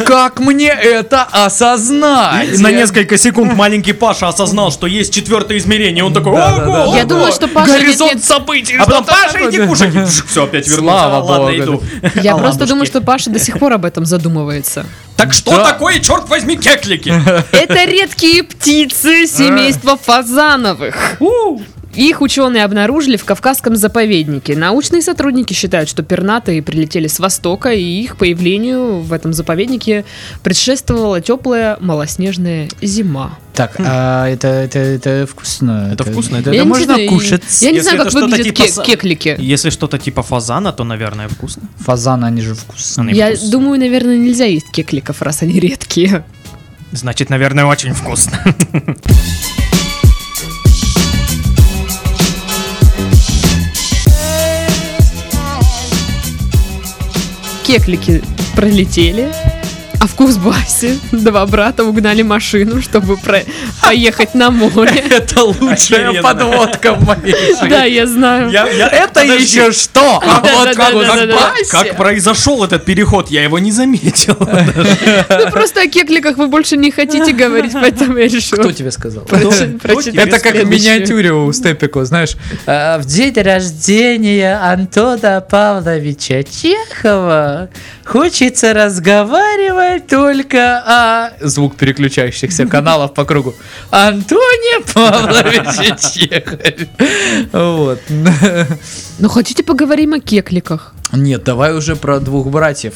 Speaker 2: как мне это осознать?
Speaker 3: На несколько секунд маленький Паша осознал, что есть четвертое измерение. Он такой,
Speaker 2: Да, да, да.
Speaker 3: ого,
Speaker 1: Я
Speaker 3: ого!»
Speaker 1: думала, что Паша... нет,
Speaker 2: Горизонт
Speaker 1: нет,
Speaker 2: событий!
Speaker 3: А потом
Speaker 2: что-то
Speaker 3: Паша, иди
Speaker 2: такое».
Speaker 3: кушать. Все, опять вернулся.
Speaker 2: Слава
Speaker 3: «А, Ладно,
Speaker 2: богу.
Speaker 3: иду.
Speaker 1: Я
Speaker 3: А,
Speaker 1: просто думаю,
Speaker 3: ладушки.
Speaker 1: что Паша до сих пор об этом задумывается.
Speaker 3: Так что
Speaker 2: Да.
Speaker 3: такое, черт возьми, кеклики?
Speaker 1: Это редкие птицы семейства фазановых.
Speaker 3: У.
Speaker 1: Их ученые обнаружили в Кавказском заповеднике. Научные сотрудники считают, что пернатые прилетели с востока, и их появлению в этом заповеднике предшествовала теплая малоснежная зима.
Speaker 2: Так, а это, это, это вкусно.
Speaker 3: Это вкусно, это-
Speaker 2: это
Speaker 1: Я не
Speaker 2: можно
Speaker 1: знаю,
Speaker 2: кушать.
Speaker 1: Я не
Speaker 3: Если
Speaker 1: знаю,
Speaker 3: это
Speaker 1: как
Speaker 3: что-то
Speaker 1: выглядят
Speaker 3: типа
Speaker 1: ке-
Speaker 3: са-
Speaker 1: кеклики.
Speaker 3: Если что-то типа фазана, то, наверное, вкусно.
Speaker 2: Фазаны, они же вкусные.
Speaker 3: Они-
Speaker 1: Я
Speaker 3: вкусно.
Speaker 1: думаю, наверное, нельзя есть кекликов, раз они редкие.
Speaker 3: Значит, наверное, очень вкусно.
Speaker 1: Кеклики пролетели, а в Кузбассе два брата угнали машину, чтобы про- поехать на море.
Speaker 2: Это лучшая
Speaker 3: Охеренно.
Speaker 2: подводка в моей жизни.
Speaker 1: Да, я знаю.
Speaker 2: Это еще что? А
Speaker 1: Да,
Speaker 2: вот
Speaker 1: да,
Speaker 2: как
Speaker 1: да,
Speaker 2: у
Speaker 1: да, да, да.
Speaker 2: Донбассе.
Speaker 3: Как произошел этот переход, я его не заметил.
Speaker 1: Ну просто о кекликах вы больше не хотите говорить, поэтому я решила.
Speaker 2: Кто тебе сказал?
Speaker 1: прочи- прочитать.
Speaker 2: Это как в
Speaker 1: следующее.
Speaker 2: миниатюре у Степико, знаешь. «А, В день рождения Антона Павловича Чехова хочется разговаривать только о... Звук переключающихся каналов по кругу. Антоне Павловиче Чехове. Вот.
Speaker 1: Ну хотите поговорим о кекликах?
Speaker 2: Нет, давай уже про двух братьев.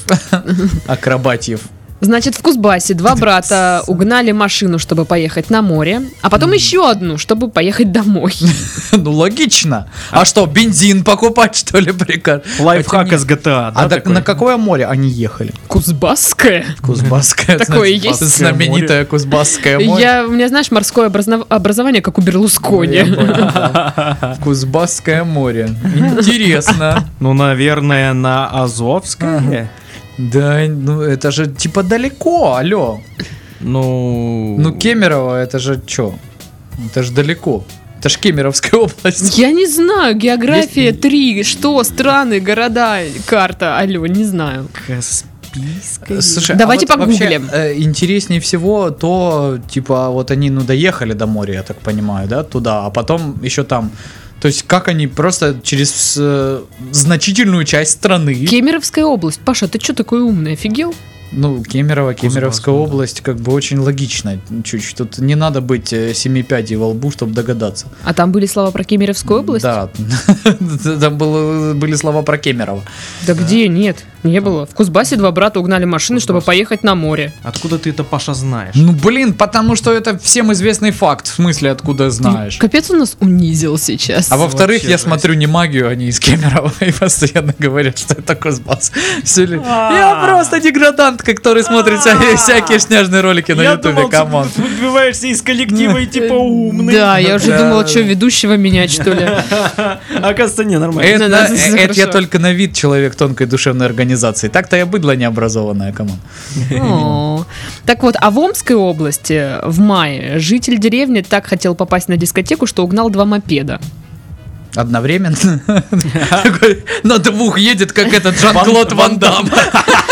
Speaker 2: Акробатьев.
Speaker 1: Значит, в Кузбассе два брата угнали машину, чтобы поехать на море, а потом еще одну, чтобы поехать домой.
Speaker 2: Ну, логично. А что, бензин покупать, что ли, приказ?
Speaker 3: Лайфхак из GTA,
Speaker 2: А
Speaker 3: да?
Speaker 2: так
Speaker 3: такой?
Speaker 2: на какое море они ехали?
Speaker 1: Кузбасская?
Speaker 2: Кузбасское.
Speaker 1: Такое
Speaker 2: знаете,
Speaker 1: есть?
Speaker 2: Знаменитое Кузбасское море.
Speaker 1: Я, у меня, знаешь, морское образно- образование, как у Берлускони.
Speaker 2: Я понял, да. Кузбасское море. Интересно.
Speaker 3: Ну, наверное, на Азовское.
Speaker 2: Да, ну это же типа далеко, алло.
Speaker 4: Ну...
Speaker 2: Ну, Кемерово, это же что? Это же далеко. Это же Кемеровская область.
Speaker 1: Я не знаю, география 3, что, страны, города, карта, алло, не знаю.
Speaker 4: Каспийская?
Speaker 2: Слушай, а
Speaker 1: Давайте
Speaker 2: вот вообще,
Speaker 1: погуглим.
Speaker 2: э, интереснее всего то, типа, вот они, ну, доехали до моря, я так понимаю, да, туда, а потом еще там. То есть, как они просто через э, значительную часть страны...
Speaker 1: Кемеровская область. Паша, ты что такой умный, офигел?
Speaker 2: Ну, Кемерово, Кемеровская
Speaker 3: Кузбасс, да.
Speaker 2: область, как бы очень логично чуть-чуть. Тут не надо быть э, семи пядей во лбу, чтобы догадаться.
Speaker 1: А там были слова про Кемеровскую область?
Speaker 2: Да, там было- были слова про Кемерово.
Speaker 1: Да где? Нет, не было. В Кузбассе два брата угнали машины, чтобы
Speaker 3: Кузбасс.
Speaker 1: поехать на море.
Speaker 3: Откуда ты это, Паша, знаешь?
Speaker 2: Ну, блин, потому что это всем известный факт, в смысле, откуда знаешь.
Speaker 1: Капец он нас унизил сейчас.
Speaker 2: А во-вторых,
Speaker 3: Вообще
Speaker 2: я
Speaker 3: жесть.
Speaker 2: смотрю не магию, они из Кемерово и постоянно говорят, что это Кузбасс. Все ли- Я
Speaker 1: А.
Speaker 2: просто деградантка, который смотрит вся- всякие шняжные ролики на ютубе,
Speaker 1: типа,
Speaker 2: камон.
Speaker 3: типа, выбиваешься из коллектива и типа умный.
Speaker 1: Да, я уже
Speaker 2: Ну, э, Да.
Speaker 1: думала, что ведущего менять, что ли.
Speaker 3: Оказывается, не, нормально.
Speaker 2: Это,
Speaker 1: ну, Да, да,
Speaker 2: э,
Speaker 1: всё
Speaker 2: это я
Speaker 1: хорошо.
Speaker 2: только на вид человек тонкой душевной организации. Так-то я быдло необразованная, камон.
Speaker 1: О. Так вот, а в Омской области в мае житель деревни так хотел попасть на дискотеку, что угнал два мопеда.
Speaker 2: Одновременно. Такой На двух едет, как этот Жан-Клод Ван Дам.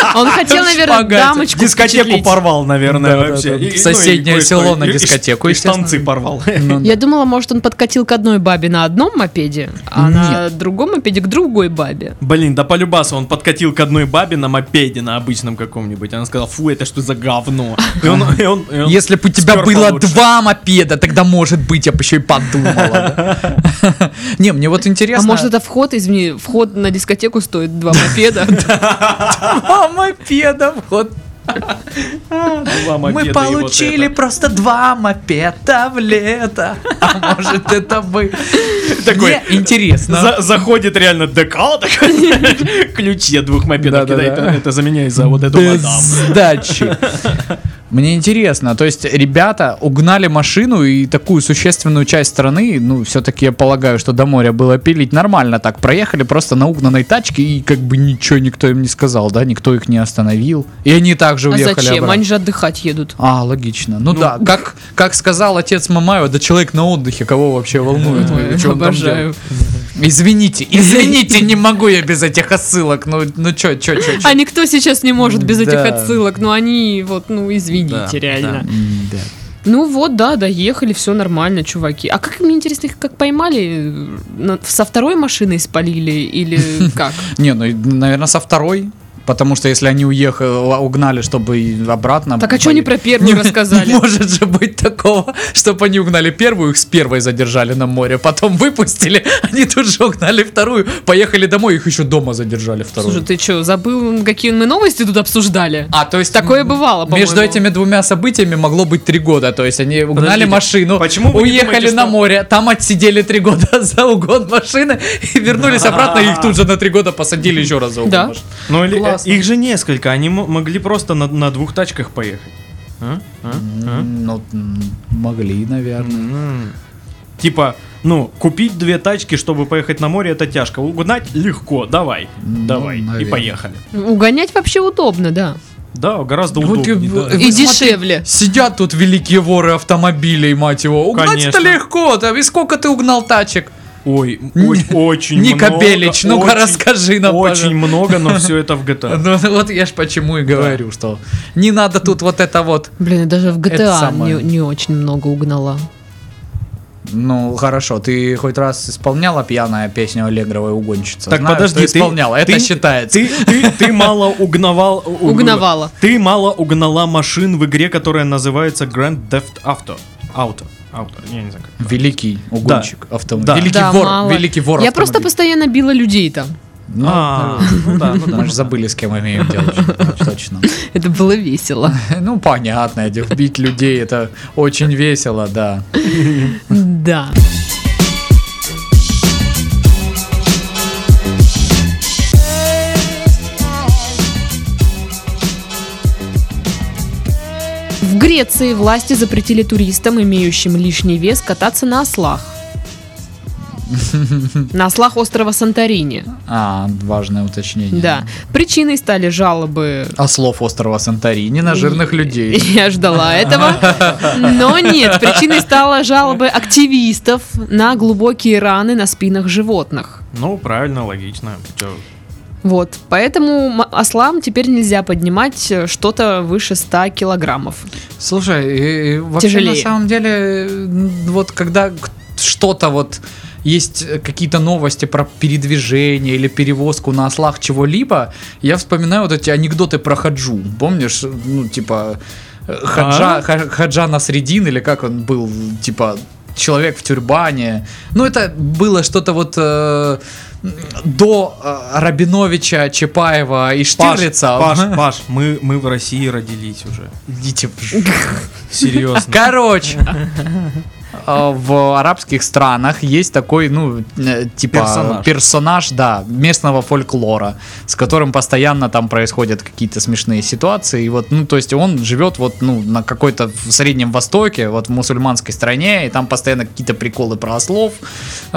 Speaker 1: А Он хотел, наверное,
Speaker 2: шпагате.
Speaker 1: дамочку
Speaker 3: Дискотеку
Speaker 1: впечатлить.
Speaker 3: порвал, наверное,
Speaker 2: Да, да,
Speaker 3: вообще.
Speaker 2: да.
Speaker 3: И- и- ну, и
Speaker 2: Соседнее
Speaker 3: кое-что,
Speaker 2: село на
Speaker 3: и- и-
Speaker 2: дискотеку,
Speaker 3: и
Speaker 2: естественно.
Speaker 3: штанцы порвал.
Speaker 1: Я думала, может, он подкатил к одной бабе на одном мопеде, а на другом мопеде к другой бабе.
Speaker 3: Блин, да полюбаса он подкатил к одной бабе на мопеде на обычном каком-нибудь. Она сказала, фу, это что за говно. И он- и он- и он
Speaker 2: Если бы у тебя
Speaker 3: спер
Speaker 2: было
Speaker 3: получше.
Speaker 2: два мопеда, тогда, может быть, я бы еще и подумала. да. Не, мне вот
Speaker 1: А
Speaker 2: интересно...
Speaker 1: может, это вход, извини, вход на дискотеку стоит два мопеда?
Speaker 2: два мопеда, вот.
Speaker 3: Два мопеда и
Speaker 2: Мы
Speaker 3: вот
Speaker 2: получили
Speaker 3: это.
Speaker 2: просто два мопеда в лето. А может, это мы...
Speaker 3: Такой,
Speaker 2: Мне интересно.
Speaker 3: За- заходит реально ДК, такой, ключи от двух мопедов
Speaker 2: Да-да-да.
Speaker 3: кидает, это заменяй за вот эту
Speaker 2: Без
Speaker 3: мадам.
Speaker 2: сдачи. Мне интересно, то есть ребята угнали машину и такую существенную часть страны, ну, все-таки я полагаю, что до моря было пилить нормально так, проехали просто на угнанной тачке и как бы ничего никто им не сказал, да, никто их не остановил. И они также
Speaker 1: А
Speaker 2: уехали
Speaker 1: зачем?
Speaker 2: обратно.
Speaker 1: Они же отдыхать едут.
Speaker 2: А, логично. Ну, да, как, как сказал отец Мамаева, да человек на отдыхе, кого вообще волнует?
Speaker 1: Ой,
Speaker 2: Чё он там
Speaker 1: обожаю.
Speaker 2: делает? Извините, извините, не могу я без этих отсылок. Ну, ну чё, чё, чё, чё.
Speaker 1: А никто сейчас не может без этих
Speaker 2: Да.
Speaker 1: отсылок, но они вот, ну, извините,
Speaker 3: Да,
Speaker 1: реально.
Speaker 2: М, да.
Speaker 1: Ну вот, да, доехали, все нормально, чуваки. А как, мне интересно, их как поймали? На- Со второй машиной спалили или как?
Speaker 2: Не, ну, наверное, со второй. Потому что если они уехали, а, угнали, чтобы и обратно...
Speaker 1: Так а что они
Speaker 2: поехали.
Speaker 1: про первую
Speaker 2: Не
Speaker 1: рассказали?
Speaker 2: может же быть такого, чтобы они угнали первую, их с первой задержали на море, потом выпустили, они тут же угнали вторую, поехали домой, их еще дома задержали вторую.
Speaker 1: Слушай, ты что, забыл, какие мы новости тут обсуждали?
Speaker 2: А, то есть
Speaker 1: Такое
Speaker 2: м,
Speaker 1: бывало, по-моему.
Speaker 2: Между этими двумя событиями могло быть три года. То есть они угнали
Speaker 3: Подождите,
Speaker 2: машину,
Speaker 3: почему вы не
Speaker 2: уехали
Speaker 3: думаете,
Speaker 2: на
Speaker 3: что-
Speaker 2: море, там отсидели три года за угон машины и вернулись обратно, и их тут же на три года посадили еще раз за угон
Speaker 1: Да.
Speaker 2: машины.
Speaker 3: Ну или
Speaker 2: Классно.
Speaker 3: их же несколько, они мо- могли просто на, на двух тачках поехать. А? А? А?
Speaker 2: М, Ну, м, могли, наверное.
Speaker 3: М. Типа, ну, купить две тачки, чтобы поехать на море, это тяжко. Угнать легко, давай,
Speaker 2: Ну,
Speaker 3: давай, и
Speaker 2: наверное.
Speaker 3: поехали.
Speaker 1: Угонять вообще удобно, да.
Speaker 3: Да, гораздо
Speaker 2: Вот
Speaker 3: удобнее.
Speaker 2: и-
Speaker 3: да.
Speaker 2: Ну, типа, Вы
Speaker 1: И
Speaker 2: смотрите,
Speaker 1: дешевле.
Speaker 2: Сидят тут великие воры автомобилей, мать его. Угнать-то
Speaker 3: Конечно.
Speaker 2: легко. Да, и сколько ты угнал тачек?
Speaker 3: Ой, ой, очень
Speaker 2: Ника
Speaker 3: много.
Speaker 2: Белич, ну-ка
Speaker 3: очень-
Speaker 2: расскажи нам,
Speaker 3: Очень много, но все это в GTA.
Speaker 2: Ну, вот я ж почему и говорю, что не надо тут вот это вот.
Speaker 1: Блин, я даже в
Speaker 2: Это
Speaker 1: GTA не,
Speaker 2: самое.
Speaker 1: не очень много угнала.
Speaker 2: Ну, хорошо, ты хоть раз исполняла пьяная песню Аллегровой угонщица?
Speaker 3: Так,
Speaker 2: Знаю,
Speaker 3: подожди,
Speaker 2: что
Speaker 3: ты-
Speaker 2: исполняла, это
Speaker 3: ты-
Speaker 2: считается.
Speaker 3: Ты, ты, ты мало угновал... у-
Speaker 1: Угновала.
Speaker 3: Ты мало угнала машин в игре, которая называется Grand Theft Auto. Auto. Auto. Я не знаю как.
Speaker 2: Великий угонщик автомобиля.
Speaker 3: Да.
Speaker 2: Великий
Speaker 1: Да,
Speaker 2: вор,
Speaker 1: мало.
Speaker 2: великий вор
Speaker 1: Я просто
Speaker 2: автомобиля.
Speaker 1: постоянно била людей там.
Speaker 2: Ну,
Speaker 3: А, ну да, ну да.
Speaker 2: Мы же забыли, с кем имеем дело. Точно.
Speaker 1: Это было весело.
Speaker 2: Ну, понятно, Эдик, бить людей это очень весело, да.
Speaker 1: Да. В Греции власти запретили туристам, имеющим лишний вес, кататься на ослах. на ослах острова Санторини.
Speaker 2: А, важное уточнение.
Speaker 1: Да. Причиной стали жалобы
Speaker 2: Ослов острова Санторини на жирных людей.
Speaker 1: Я ждала этого. Но нет, причиной стала жалобы активистов на глубокие раны на спинах животных.
Speaker 3: Ну, правильно, логично. Чё?
Speaker 1: Вот, поэтому м- ослам теперь нельзя поднимать э, что-то выше 100 килограммов.
Speaker 2: Слушай, и- и вообще
Speaker 1: Тяжелее.
Speaker 2: на самом деле, э, вот когда к- что-то вот есть э, какие-то новости про передвижение или перевозку на ослах чего-либо, я вспоминаю вот эти анекдоты про хаджу. Помнишь, ну, типа, э, хаджа,
Speaker 3: А?
Speaker 2: ха- хаджа Насреддин, или как он был, типа, человек в тюрбане. Ну, это было что-то вот... э, до э, Рабиновича, Чапаева и
Speaker 3: Паш,
Speaker 2: Штирлица.
Speaker 3: Паш, Паш, мы, мы в России родились уже.
Speaker 2: Идите в жопу.
Speaker 3: Серьезно.
Speaker 2: Короче, э, в арабских странах есть такой, ну, э, типа
Speaker 3: Персонаж.
Speaker 2: персонаж, да, местного фольклора, с которым постоянно там происходят какие-то смешные ситуации. И вот, ну, то есть он живет вот, ну, на какой-то в Среднем Востоке, вот в мусульманской стране, и там постоянно какие-то приколы про ослов.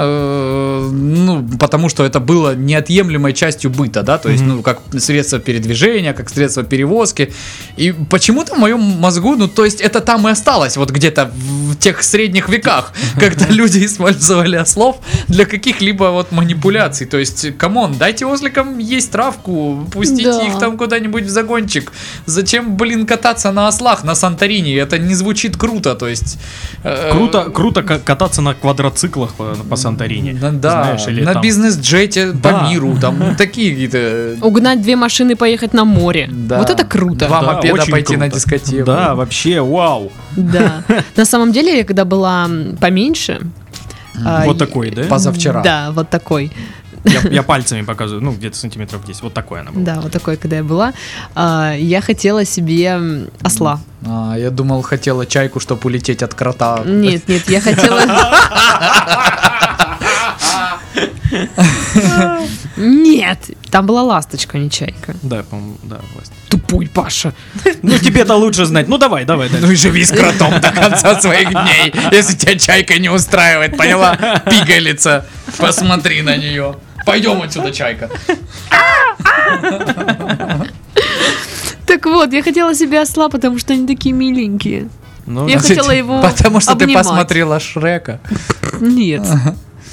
Speaker 2: Э, Ну, потому что это было неотъемлемой частью быта, да, то есть,
Speaker 3: Мгм.
Speaker 2: ну, как средство передвижения, как средство перевозки. И почему-то в моем мозгу, ну, то есть это там и осталось, вот где-то в тех средних веках, когда люди использовали ослов для каких-либо вот манипуляций. То есть, камон, дайте осликам есть травку, пустите
Speaker 1: Да.
Speaker 2: их там куда-нибудь в загончик. Зачем, блин, кататься на ослах на Санторини? Это не звучит круто, то есть... э,
Speaker 3: Круто, круто ка- кататься на квадроциклах э, по Санторини.
Speaker 2: Да, да,
Speaker 3: знаешь, или
Speaker 2: на
Speaker 3: там-
Speaker 2: бизнес-джете
Speaker 3: Да.
Speaker 2: по миру, там ну, такие какие-то...
Speaker 1: Угнать две машины и поехать на море.
Speaker 2: Да.
Speaker 1: Вот это круто.
Speaker 2: Два
Speaker 3: Да,
Speaker 2: мопеда
Speaker 3: очень
Speaker 2: пойти на
Speaker 3: круто.
Speaker 2: дискотеку.
Speaker 3: Да, вообще, вау.
Speaker 1: Да. На самом деле, я когда была м, поменьше... а,
Speaker 3: Вот
Speaker 1: и-
Speaker 3: такой, да?
Speaker 2: Позавчера.
Speaker 1: Да, вот такой.
Speaker 3: Я, я пальцами показываю, ну, где-то сантиметров 10. Вот такое она была.
Speaker 1: Да, вот такой, когда я была. а, Я хотела себе м, осла.
Speaker 2: А, я думал, хотела чайку, чтобы улететь от крота.
Speaker 1: Нет, нет, я хотела... Нет, там была ласточка, а не чайка.
Speaker 3: Да, по-моему, да, власть.
Speaker 1: Тупой Паша.
Speaker 3: Ну, тебе-то лучше знать. Ну, давай, давай
Speaker 2: Ну
Speaker 3: дальше.
Speaker 2: и живи с кротом до конца своих дней, если тебя чайка не устраивает, поняла? Пигалица, посмотри на нее. Пойдем отсюда, чайка.
Speaker 1: Так вот, я хотела себе осла, потому что они такие миленькие.
Speaker 3: Ну,
Speaker 1: Я хотела его
Speaker 2: Потому что ты
Speaker 1: обнимать.
Speaker 2: посмотрела Шрека.
Speaker 1: Нет.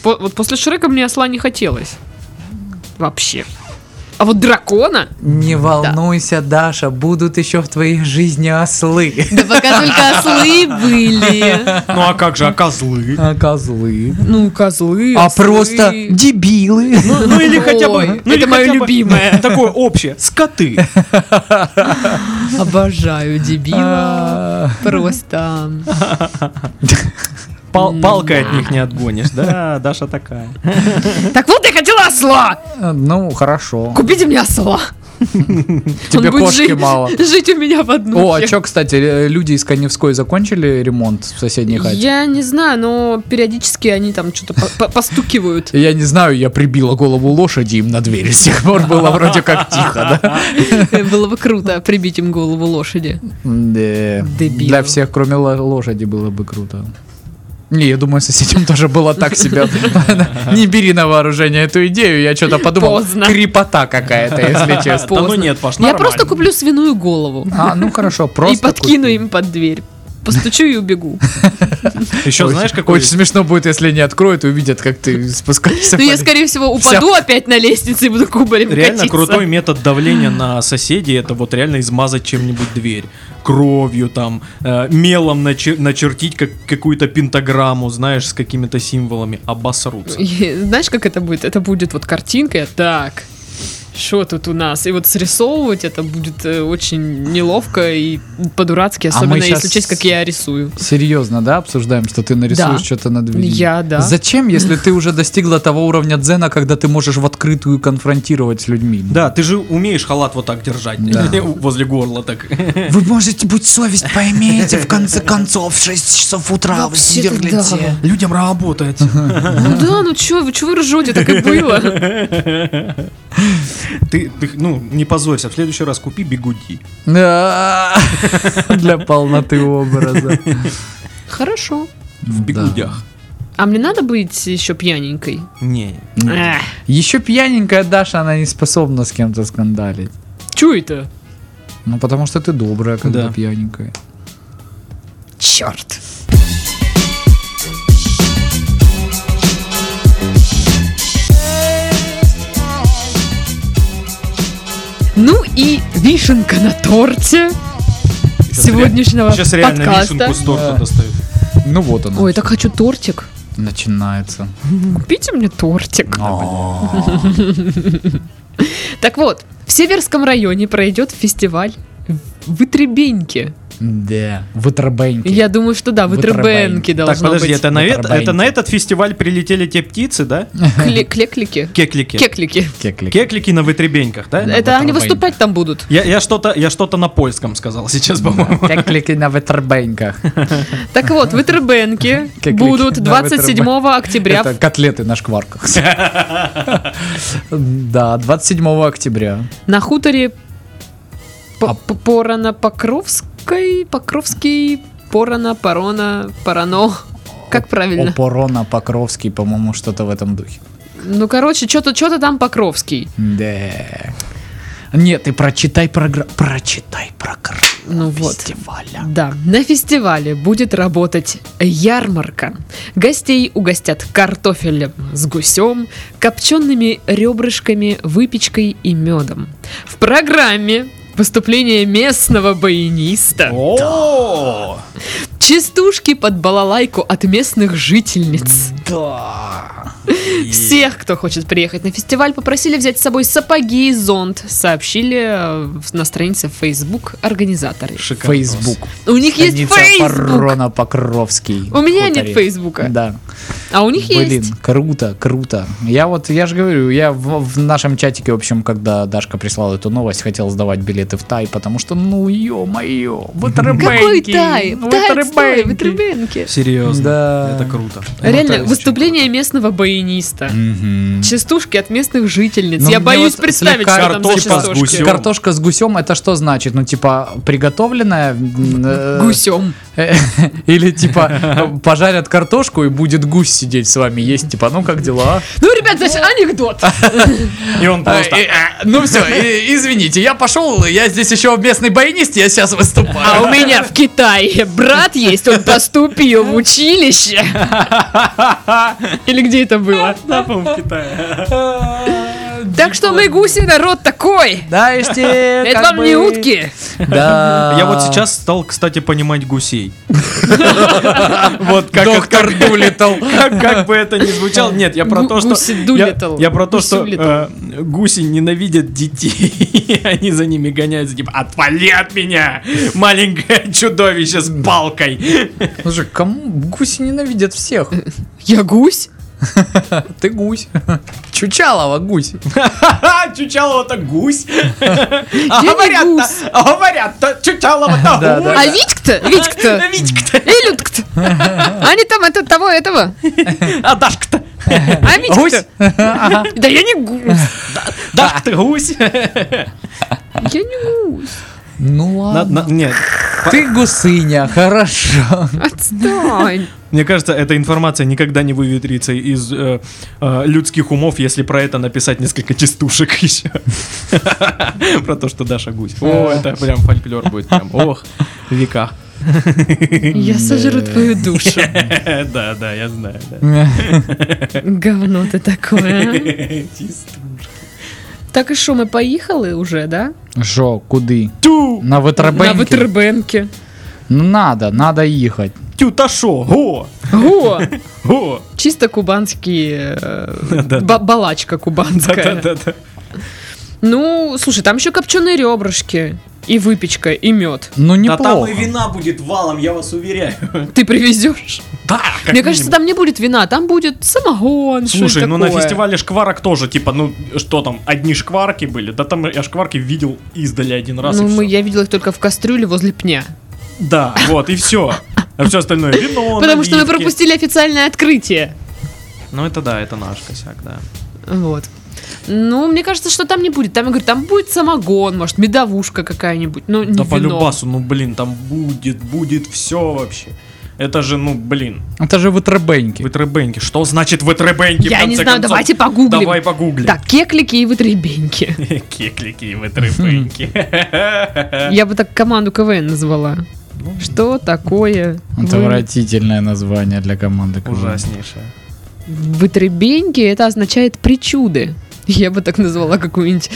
Speaker 1: По- Вот после Шрека мне осла не хотелось. Вообще. А вот дракона?
Speaker 2: Не волнуйся, Даша, будут еще в твоей жизни ослы.
Speaker 1: Да пока только ослы были.
Speaker 3: ну, а как же, а козлы?
Speaker 2: А козлы?
Speaker 1: Ну, козлы.
Speaker 2: А
Speaker 1: ослы.
Speaker 2: просто дебилы.
Speaker 3: Ну, ну или хотя бы...
Speaker 1: Ой,
Speaker 3: ну, или
Speaker 1: это моё
Speaker 3: хотя бы
Speaker 1: любимое.
Speaker 3: Такое общее. Скоты.
Speaker 1: Обожаю дебила.
Speaker 2: А,
Speaker 1: Просто.
Speaker 3: Пал- палкой от них не отгонишь. Да, Даша такая.
Speaker 1: Так вот, я хотела осла!
Speaker 2: Ну, хорошо.
Speaker 1: Купите мне осла!
Speaker 2: Тебе
Speaker 1: Он будет
Speaker 2: кошки
Speaker 1: жить- Ну,
Speaker 2: мало.
Speaker 1: Жить у меня в одну.
Speaker 2: О, а что, кстати, э, люди из Коневской закончили ремонт в соседней хате?
Speaker 1: Я не знаю, но периодически они там что-то по- по- постукивают.
Speaker 2: Я не знаю, я прибила голову лошади им на дверь. С тех пор было вроде как тихо, да?
Speaker 1: Э, Было бы круто прибить им голову лошади.
Speaker 2: Да.
Speaker 1: Дебил.
Speaker 2: Для всех, кроме ло- лошади, было бы круто. Не, я думаю, соседям тоже было так себе. Не бери на вооружение эту идею, я что-то подумал.
Speaker 1: Поздно.
Speaker 2: Крепота какая-то, если честно.
Speaker 3: Да ну нет, Паш,
Speaker 1: Я
Speaker 3: нормально.
Speaker 1: просто куплю свиную голову
Speaker 2: А, ну хорошо,
Speaker 1: и
Speaker 2: просто...
Speaker 1: подкину
Speaker 2: купи.
Speaker 1: им под дверь. Постучу и убегу.
Speaker 3: Еще
Speaker 2: Очень-
Speaker 3: знаешь, какой...
Speaker 2: Очень смешно будет, если не откроют и увидят, как ты спускаешься.
Speaker 1: Но Ну, я,
Speaker 2: по лестнице.
Speaker 1: скорее всего, упаду опять на лестнице и буду кубарем
Speaker 3: Реально
Speaker 1: катиться.
Speaker 3: крутой метод давления на соседей это вот реально измазать чем-нибудь дверь. Кровью там, э, мелом начер- начертить как- какую-то пентаграмму, знаешь, с какими-то символами. Обосрутся.
Speaker 1: И Знаешь, как это будет? Это будет вот картинка. Так, что тут у нас? И вот срисовывать это будет э, очень неловко и по-дурацки, особенно
Speaker 2: А мы щас-
Speaker 1: если учесть, как я рисую.
Speaker 2: Серьезно, да, обсуждаем, что ты нарисуешь
Speaker 1: Да.
Speaker 2: что-то на двери?
Speaker 1: Я, да.
Speaker 2: Зачем, если ты уже достигла того уровня дзена, когда ты можешь в открытую конфронтировать с людьми?
Speaker 3: Да, ты же умеешь халат вот так держать.
Speaker 2: Да.
Speaker 3: Возле горла так.
Speaker 2: Вы можете быть совесть поймете, в конце концов, в 6 часов утра
Speaker 1: вы Вообще-то стерлите. да.
Speaker 3: Людям работает.
Speaker 1: Ну да, ну чё, вы чё вы ржете, так и было.
Speaker 3: Ты, ты, ну, не позорься, в следующий раз купи бигуди.
Speaker 2: Для полноты образа.
Speaker 1: Хорошо.
Speaker 3: В бигудях.
Speaker 1: А мне надо быть еще пьяненькой?
Speaker 3: Не.
Speaker 1: Эх,
Speaker 2: Еще пьяненькая Даша, она не способна с кем-то скандалить.
Speaker 1: Чё это?
Speaker 2: Ну, потому что ты добрая, когда
Speaker 3: Да.
Speaker 2: пьяненькая.
Speaker 1: Черт. Ну и вишенка на торте сегодняшнего
Speaker 3: Сейчас реально
Speaker 1: подкаста.
Speaker 3: вишенку с торта
Speaker 2: Да.
Speaker 3: достают.
Speaker 2: Ну вот она.
Speaker 1: Ой, так хочу тортик.
Speaker 2: Начинается.
Speaker 1: Купите мне тортик.
Speaker 2: А.
Speaker 1: Так вот, в Северском районе пройдет фестиваль Вытребеньки.
Speaker 2: Да. Вытробеньки.
Speaker 1: Я думаю, что да,
Speaker 2: Вытребеньки.
Speaker 1: Вытребеньки
Speaker 3: Так,
Speaker 1: должно
Speaker 3: подожди,
Speaker 1: быть.
Speaker 3: это на,
Speaker 2: на
Speaker 3: это,
Speaker 2: Тарбаенте.
Speaker 3: это на этот фестиваль прилетели те птицы, да?
Speaker 1: Кле- Клеклики.
Speaker 3: Кеклики.
Speaker 1: Кеклики.
Speaker 2: Кеклик.
Speaker 3: Кеклики на вытребеньках, да?
Speaker 2: Да.
Speaker 1: Это они
Speaker 2: Вытребеньки.
Speaker 1: выступать там будут.
Speaker 3: Я, я что-то я что-то на польском сказал сейчас, по-моему.
Speaker 2: Кеклики на вытробеньках.
Speaker 1: Так вот, витербенки
Speaker 2: Как
Speaker 1: будут
Speaker 2: лики на
Speaker 1: 27 октября.
Speaker 2: Это котлеты на шкварках. Да, 27 октября.
Speaker 1: на хуторе
Speaker 2: А-
Speaker 1: Порона Покровской, Покровский, Порона, Порона, Порано. Как правильно?
Speaker 2: Опорона Покровский, по-моему, что-то в этом духе.
Speaker 1: Ну, короче, что-то что-то там Покровский.
Speaker 2: Да. Нет, ты прочитай программу. Прочитай программу
Speaker 1: Ну вот.
Speaker 2: фестиваля.
Speaker 1: Да, на фестивале будет работать ярмарка. Гостей угостят картофелем с гусем, копчеными ребрышками, выпечкой и медом. В программе выступление местного баяниста.
Speaker 3: О!
Speaker 1: Частушки под балалайку от местных жительниц.
Speaker 2: Да.
Speaker 1: Всех, кто хочет приехать на фестиваль, попросили взять с собой сапоги и зонт, сообщили э, в- на странице Facebook организаторы.
Speaker 3: Шикарно.
Speaker 2: Фейсбук.
Speaker 1: У них есть
Speaker 2: Станица
Speaker 1: Facebook!
Speaker 2: Порона Покровский.
Speaker 1: У меня
Speaker 2: Хуторе.
Speaker 1: нет Фейсбука,
Speaker 2: Да.
Speaker 1: а у них
Speaker 2: Блин,
Speaker 1: есть.
Speaker 2: круто, круто. Я вот, я же говорю, я в, в нашем чатике, в общем, когда Дашка прислала эту новость, хотел сдавать билеты в Тай, потому что, ну, ё-моё, вот
Speaker 1: Какой тай? Тай, стой, Витребенки.
Speaker 3: Серьезно.
Speaker 2: Да.
Speaker 3: Это круто.
Speaker 1: Реально,
Speaker 2: очень
Speaker 1: выступление местного баяниста. Частушки от местных жительниц.
Speaker 2: Ну,
Speaker 1: Я
Speaker 2: мне
Speaker 1: боюсь
Speaker 2: вот
Speaker 1: представить,
Speaker 2: слегка
Speaker 1: что там за
Speaker 3: картошка с
Speaker 1: частушки.
Speaker 3: гусем.
Speaker 2: Картошка с гусем, это что значит? Ну, типа, приготовленная? м, э,
Speaker 1: Гусем.
Speaker 2: Или, типа, пожарят картошку и будет гусь сидеть с вами есть, типа, ну, как дела?
Speaker 1: Ну, ребят, значит, анекдот. Э,
Speaker 3: И он просто...
Speaker 2: А, и, а, ну все, извините, я пошел, я здесь еще местный баянист, я сейчас
Speaker 1: А
Speaker 2: выступаю.
Speaker 1: у меня в Китае брат есть, он поступил в училище. Или где это было?
Speaker 3: Да, по-моему, в Китае.
Speaker 1: Так что мы гуси народ такой.
Speaker 2: Да, и что,
Speaker 1: Это
Speaker 2: как
Speaker 1: вам не
Speaker 2: бы-
Speaker 1: утки.
Speaker 2: Да.
Speaker 1: А.
Speaker 3: Я вот сейчас стал, кстати, понимать гусей. Вот как это-
Speaker 2: Доктор Дулитл.
Speaker 3: Как, как бы это ни звучало, нет, я про
Speaker 1: Гу-
Speaker 3: то, что
Speaker 1: гуси
Speaker 3: я,
Speaker 1: Дулиттл.
Speaker 3: я про то,
Speaker 1: Гуси
Speaker 3: что
Speaker 1: Дулиттл.
Speaker 3: э, гуси ненавидят детей, они за ними гоняются, типа отвали от меня, маленькое чудовище с палкой.
Speaker 2: Слушай, кому гуси ненавидят всех?
Speaker 1: Я гусь?
Speaker 2: Ты гусь. Чучалова гусь.
Speaker 3: Ха-ха, Чучалова-то А, гусь,
Speaker 1: Я не гусь.
Speaker 3: а говорят-то Чучалова-то
Speaker 2: Да,
Speaker 3: гусь.
Speaker 2: да.
Speaker 1: А Витька-то? Витька-то?
Speaker 3: Витька-то,
Speaker 1: Эй, Людка-то? Они там это того, этого.
Speaker 3: а Дашка-то,
Speaker 1: А Витька-то?
Speaker 2: Гусь?
Speaker 1: Да я не гусь.
Speaker 3: Дашка-то гусь.
Speaker 1: Я не гусь.
Speaker 2: Ну
Speaker 3: На- на-
Speaker 2: ладно.
Speaker 3: Нет,
Speaker 2: Ты гусыня, хорошо.
Speaker 1: Отстань.
Speaker 3: Мне кажется, эта информация никогда не выветрится из э, э, людских умов, если про это написать несколько частушек еще. Про то, что Даша гусь. О, это прям фольклор будет прям. Ох, века.
Speaker 1: Я сожру твою душу.
Speaker 3: Да, да, я знаю. да.
Speaker 1: Говно ты такое. а.
Speaker 3: Частушки.
Speaker 1: Так и что, мы поехали уже, да?
Speaker 2: Жо, куды?
Speaker 3: Тю,
Speaker 2: На
Speaker 1: На
Speaker 2: Ватрабенке?
Speaker 1: Витербенке.
Speaker 2: Ну надо, надо ехать.
Speaker 3: тю, та шо, го,
Speaker 1: О!
Speaker 3: го.
Speaker 1: Чисто кубанские... э,
Speaker 3: Да, да,
Speaker 1: ба- Балачка кубанская.
Speaker 3: да, да.
Speaker 1: Ну, слушай, там еще копченые ребрышки. И выпечка, и мед.
Speaker 2: Ну
Speaker 3: Да там
Speaker 2: неплохо.
Speaker 3: и вина будет валом, я вас уверяю.
Speaker 1: Ты привезешь?
Speaker 3: Да, как
Speaker 1: Мне кажется,
Speaker 3: минимум.
Speaker 1: там не будет вина, там будет самогон, что-нибудь
Speaker 3: Слушай, ну на
Speaker 1: такое.
Speaker 3: фестивале шкварок тоже, типа, ну что там, одни шкварки были. Да там я шкварки видел издали один раз.
Speaker 1: Ну,
Speaker 3: и
Speaker 1: мы,
Speaker 3: всё.
Speaker 1: я видела их только в кастрюле возле пня.
Speaker 3: Да, вот, и все. А все остальное вино,
Speaker 1: Потому что мы
Speaker 3: наливки.
Speaker 1: пропустили официальное открытие.
Speaker 3: Ну это да, это наш косяк, да.
Speaker 1: Вот. Ну, мне кажется, что там не будет. Там, я говорю, там будет самогон, может, медовушка какая-нибудь. Ну, не
Speaker 3: да
Speaker 1: вино.
Speaker 3: по любасу, ну блин, там будет, будет все вообще. Это же, ну, блин,
Speaker 5: Это же вытребеньки.
Speaker 3: вытребеньки. Что значит вытребеньки? в
Speaker 1: Я не
Speaker 3: конце
Speaker 1: знаю,
Speaker 3: концов?
Speaker 1: давайте погуглим.
Speaker 3: Давай погугли.
Speaker 1: Так, кеклики и вытребеньки.
Speaker 3: Кеклики и вытребеньки. Э.
Speaker 1: Я бы так команду КВН назвала.
Speaker 3: Ну,
Speaker 1: Что такое вы-
Speaker 2: Отвратительное название для команды. КВН.
Speaker 3: Ужаснейшее.
Speaker 1: вытребеньки? Это означает причуды. Я бы так назвала какую-нибудь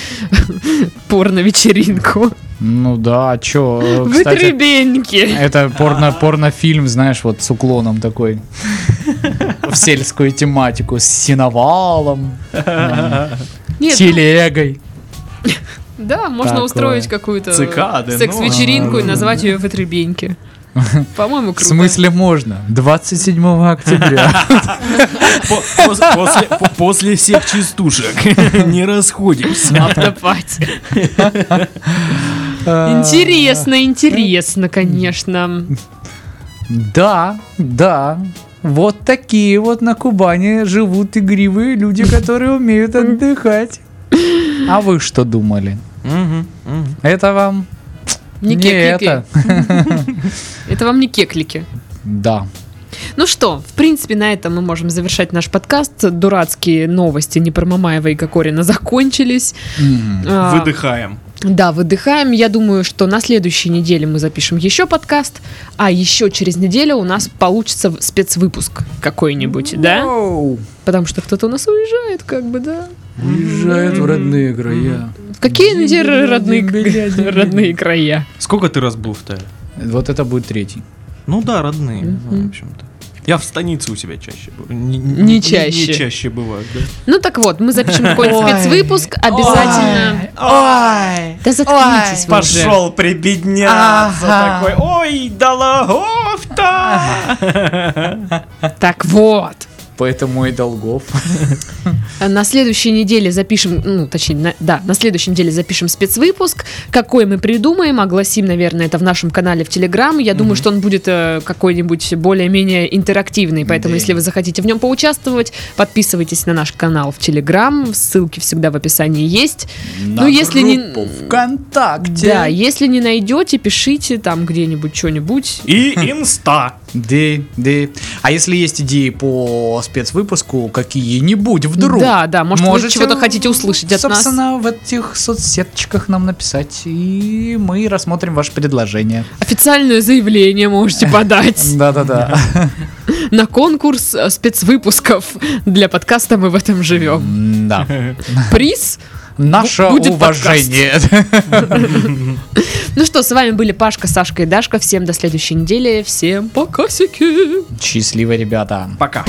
Speaker 1: порно-вечеринку.
Speaker 2: Ну да, чё, э, кстати... Э,
Speaker 1: Вытребеньки.
Speaker 2: Это порно, порнофильм, знаешь, вот с уклоном такой. В сельскую тематику. С синовалом,
Speaker 1: Нет,
Speaker 2: телегой.
Speaker 1: ну, да, можно
Speaker 2: такое.
Speaker 1: устроить какую-то
Speaker 3: Цикады, ну,
Speaker 1: секс-вечеринку и назвать ее вытребеньки. По-моему,
Speaker 2: В
Speaker 1: круто.
Speaker 2: смысле можно? 27 октября.
Speaker 3: По- пос- после- по- После всех частушек не расходимся.
Speaker 1: Автопати.
Speaker 2: Э, А.
Speaker 1: Интересно, интересно, конечно.
Speaker 2: Да, да. Вот такие вот на Кубани живут игривые люди, которые умеют отдыхать. А вы что думали? Это вам
Speaker 1: Не
Speaker 2: не
Speaker 1: кеклики.
Speaker 2: это.
Speaker 1: Это вам не кеклики.
Speaker 2: Да.
Speaker 1: Ну что, в принципе, на этом мы можем завершать наш подкаст. Дурацкие новости не про Мамаева и Кокорина закончились. А,
Speaker 3: Выдыхаем.
Speaker 1: Да, выдыхаем. Я думаю, что на следующей неделе мы запишем еще подкаст, а еще через неделю у нас получится в- спецвыпуск какой-нибудь, да?
Speaker 2: Воу.
Speaker 1: Потому что кто-то у нас уезжает, как бы, да?
Speaker 2: Уезжает в родные края.
Speaker 1: В Какие недель родные, родные края?
Speaker 3: Сколько ты раз был в Тае?
Speaker 2: Вот это будет третий.
Speaker 3: Ну да, родные, ну,
Speaker 1: Мгм.
Speaker 3: в общем-то. Я в станице у себя чаще был. Не,
Speaker 1: Не чаще.
Speaker 3: Не чаще бывает, да?
Speaker 1: Ну так вот, мы запишем какой-нибудь спецвыпуск, обязательно. Да заткнитесь вы уже.
Speaker 3: Пошел прибедняться такой. Ой, Дологов-то!
Speaker 1: Так вот.
Speaker 2: Поэтому и долгов.
Speaker 1: А На следующей неделе запишем, ну, точнее, на- да, на следующей неделе запишем спецвыпуск, какой мы придумаем, огласим, наверное, это в нашем канале в Телеграм. Я думаю, что он будет э, какой-нибудь более-менее интерактивный, поэтому,
Speaker 2: Да.
Speaker 1: если вы захотите в нем поучаствовать, подписывайтесь на наш канал в Телеграм, ссылки всегда в описании есть. Ну, если не-
Speaker 2: группу ВКонтакте.
Speaker 1: Да, если не найдете, пишите там где-нибудь что-нибудь.
Speaker 3: И инста.
Speaker 2: Да, да. А если есть идеи по спецвыпуску, какие-нибудь вдруг?
Speaker 1: Да, да, может, вы чего-то хотите услышать от нас.
Speaker 2: собственно, в этих соцсеточках нам написать, и мы рассмотрим ваше предложение.
Speaker 1: Официальное заявление можете подать
Speaker 2: Да-да-да.
Speaker 1: на конкурс э, спецвыпусков для подкаста «Мы в этом живем».
Speaker 2: Да.
Speaker 1: приз.
Speaker 2: Наше
Speaker 1: Будет
Speaker 2: уважение.
Speaker 1: Ну что, с вами были Пашка, Сашка и Дашка. Всем до следующей недели. Всем пока, сики.
Speaker 2: Счастливо, ребята.
Speaker 3: Пока.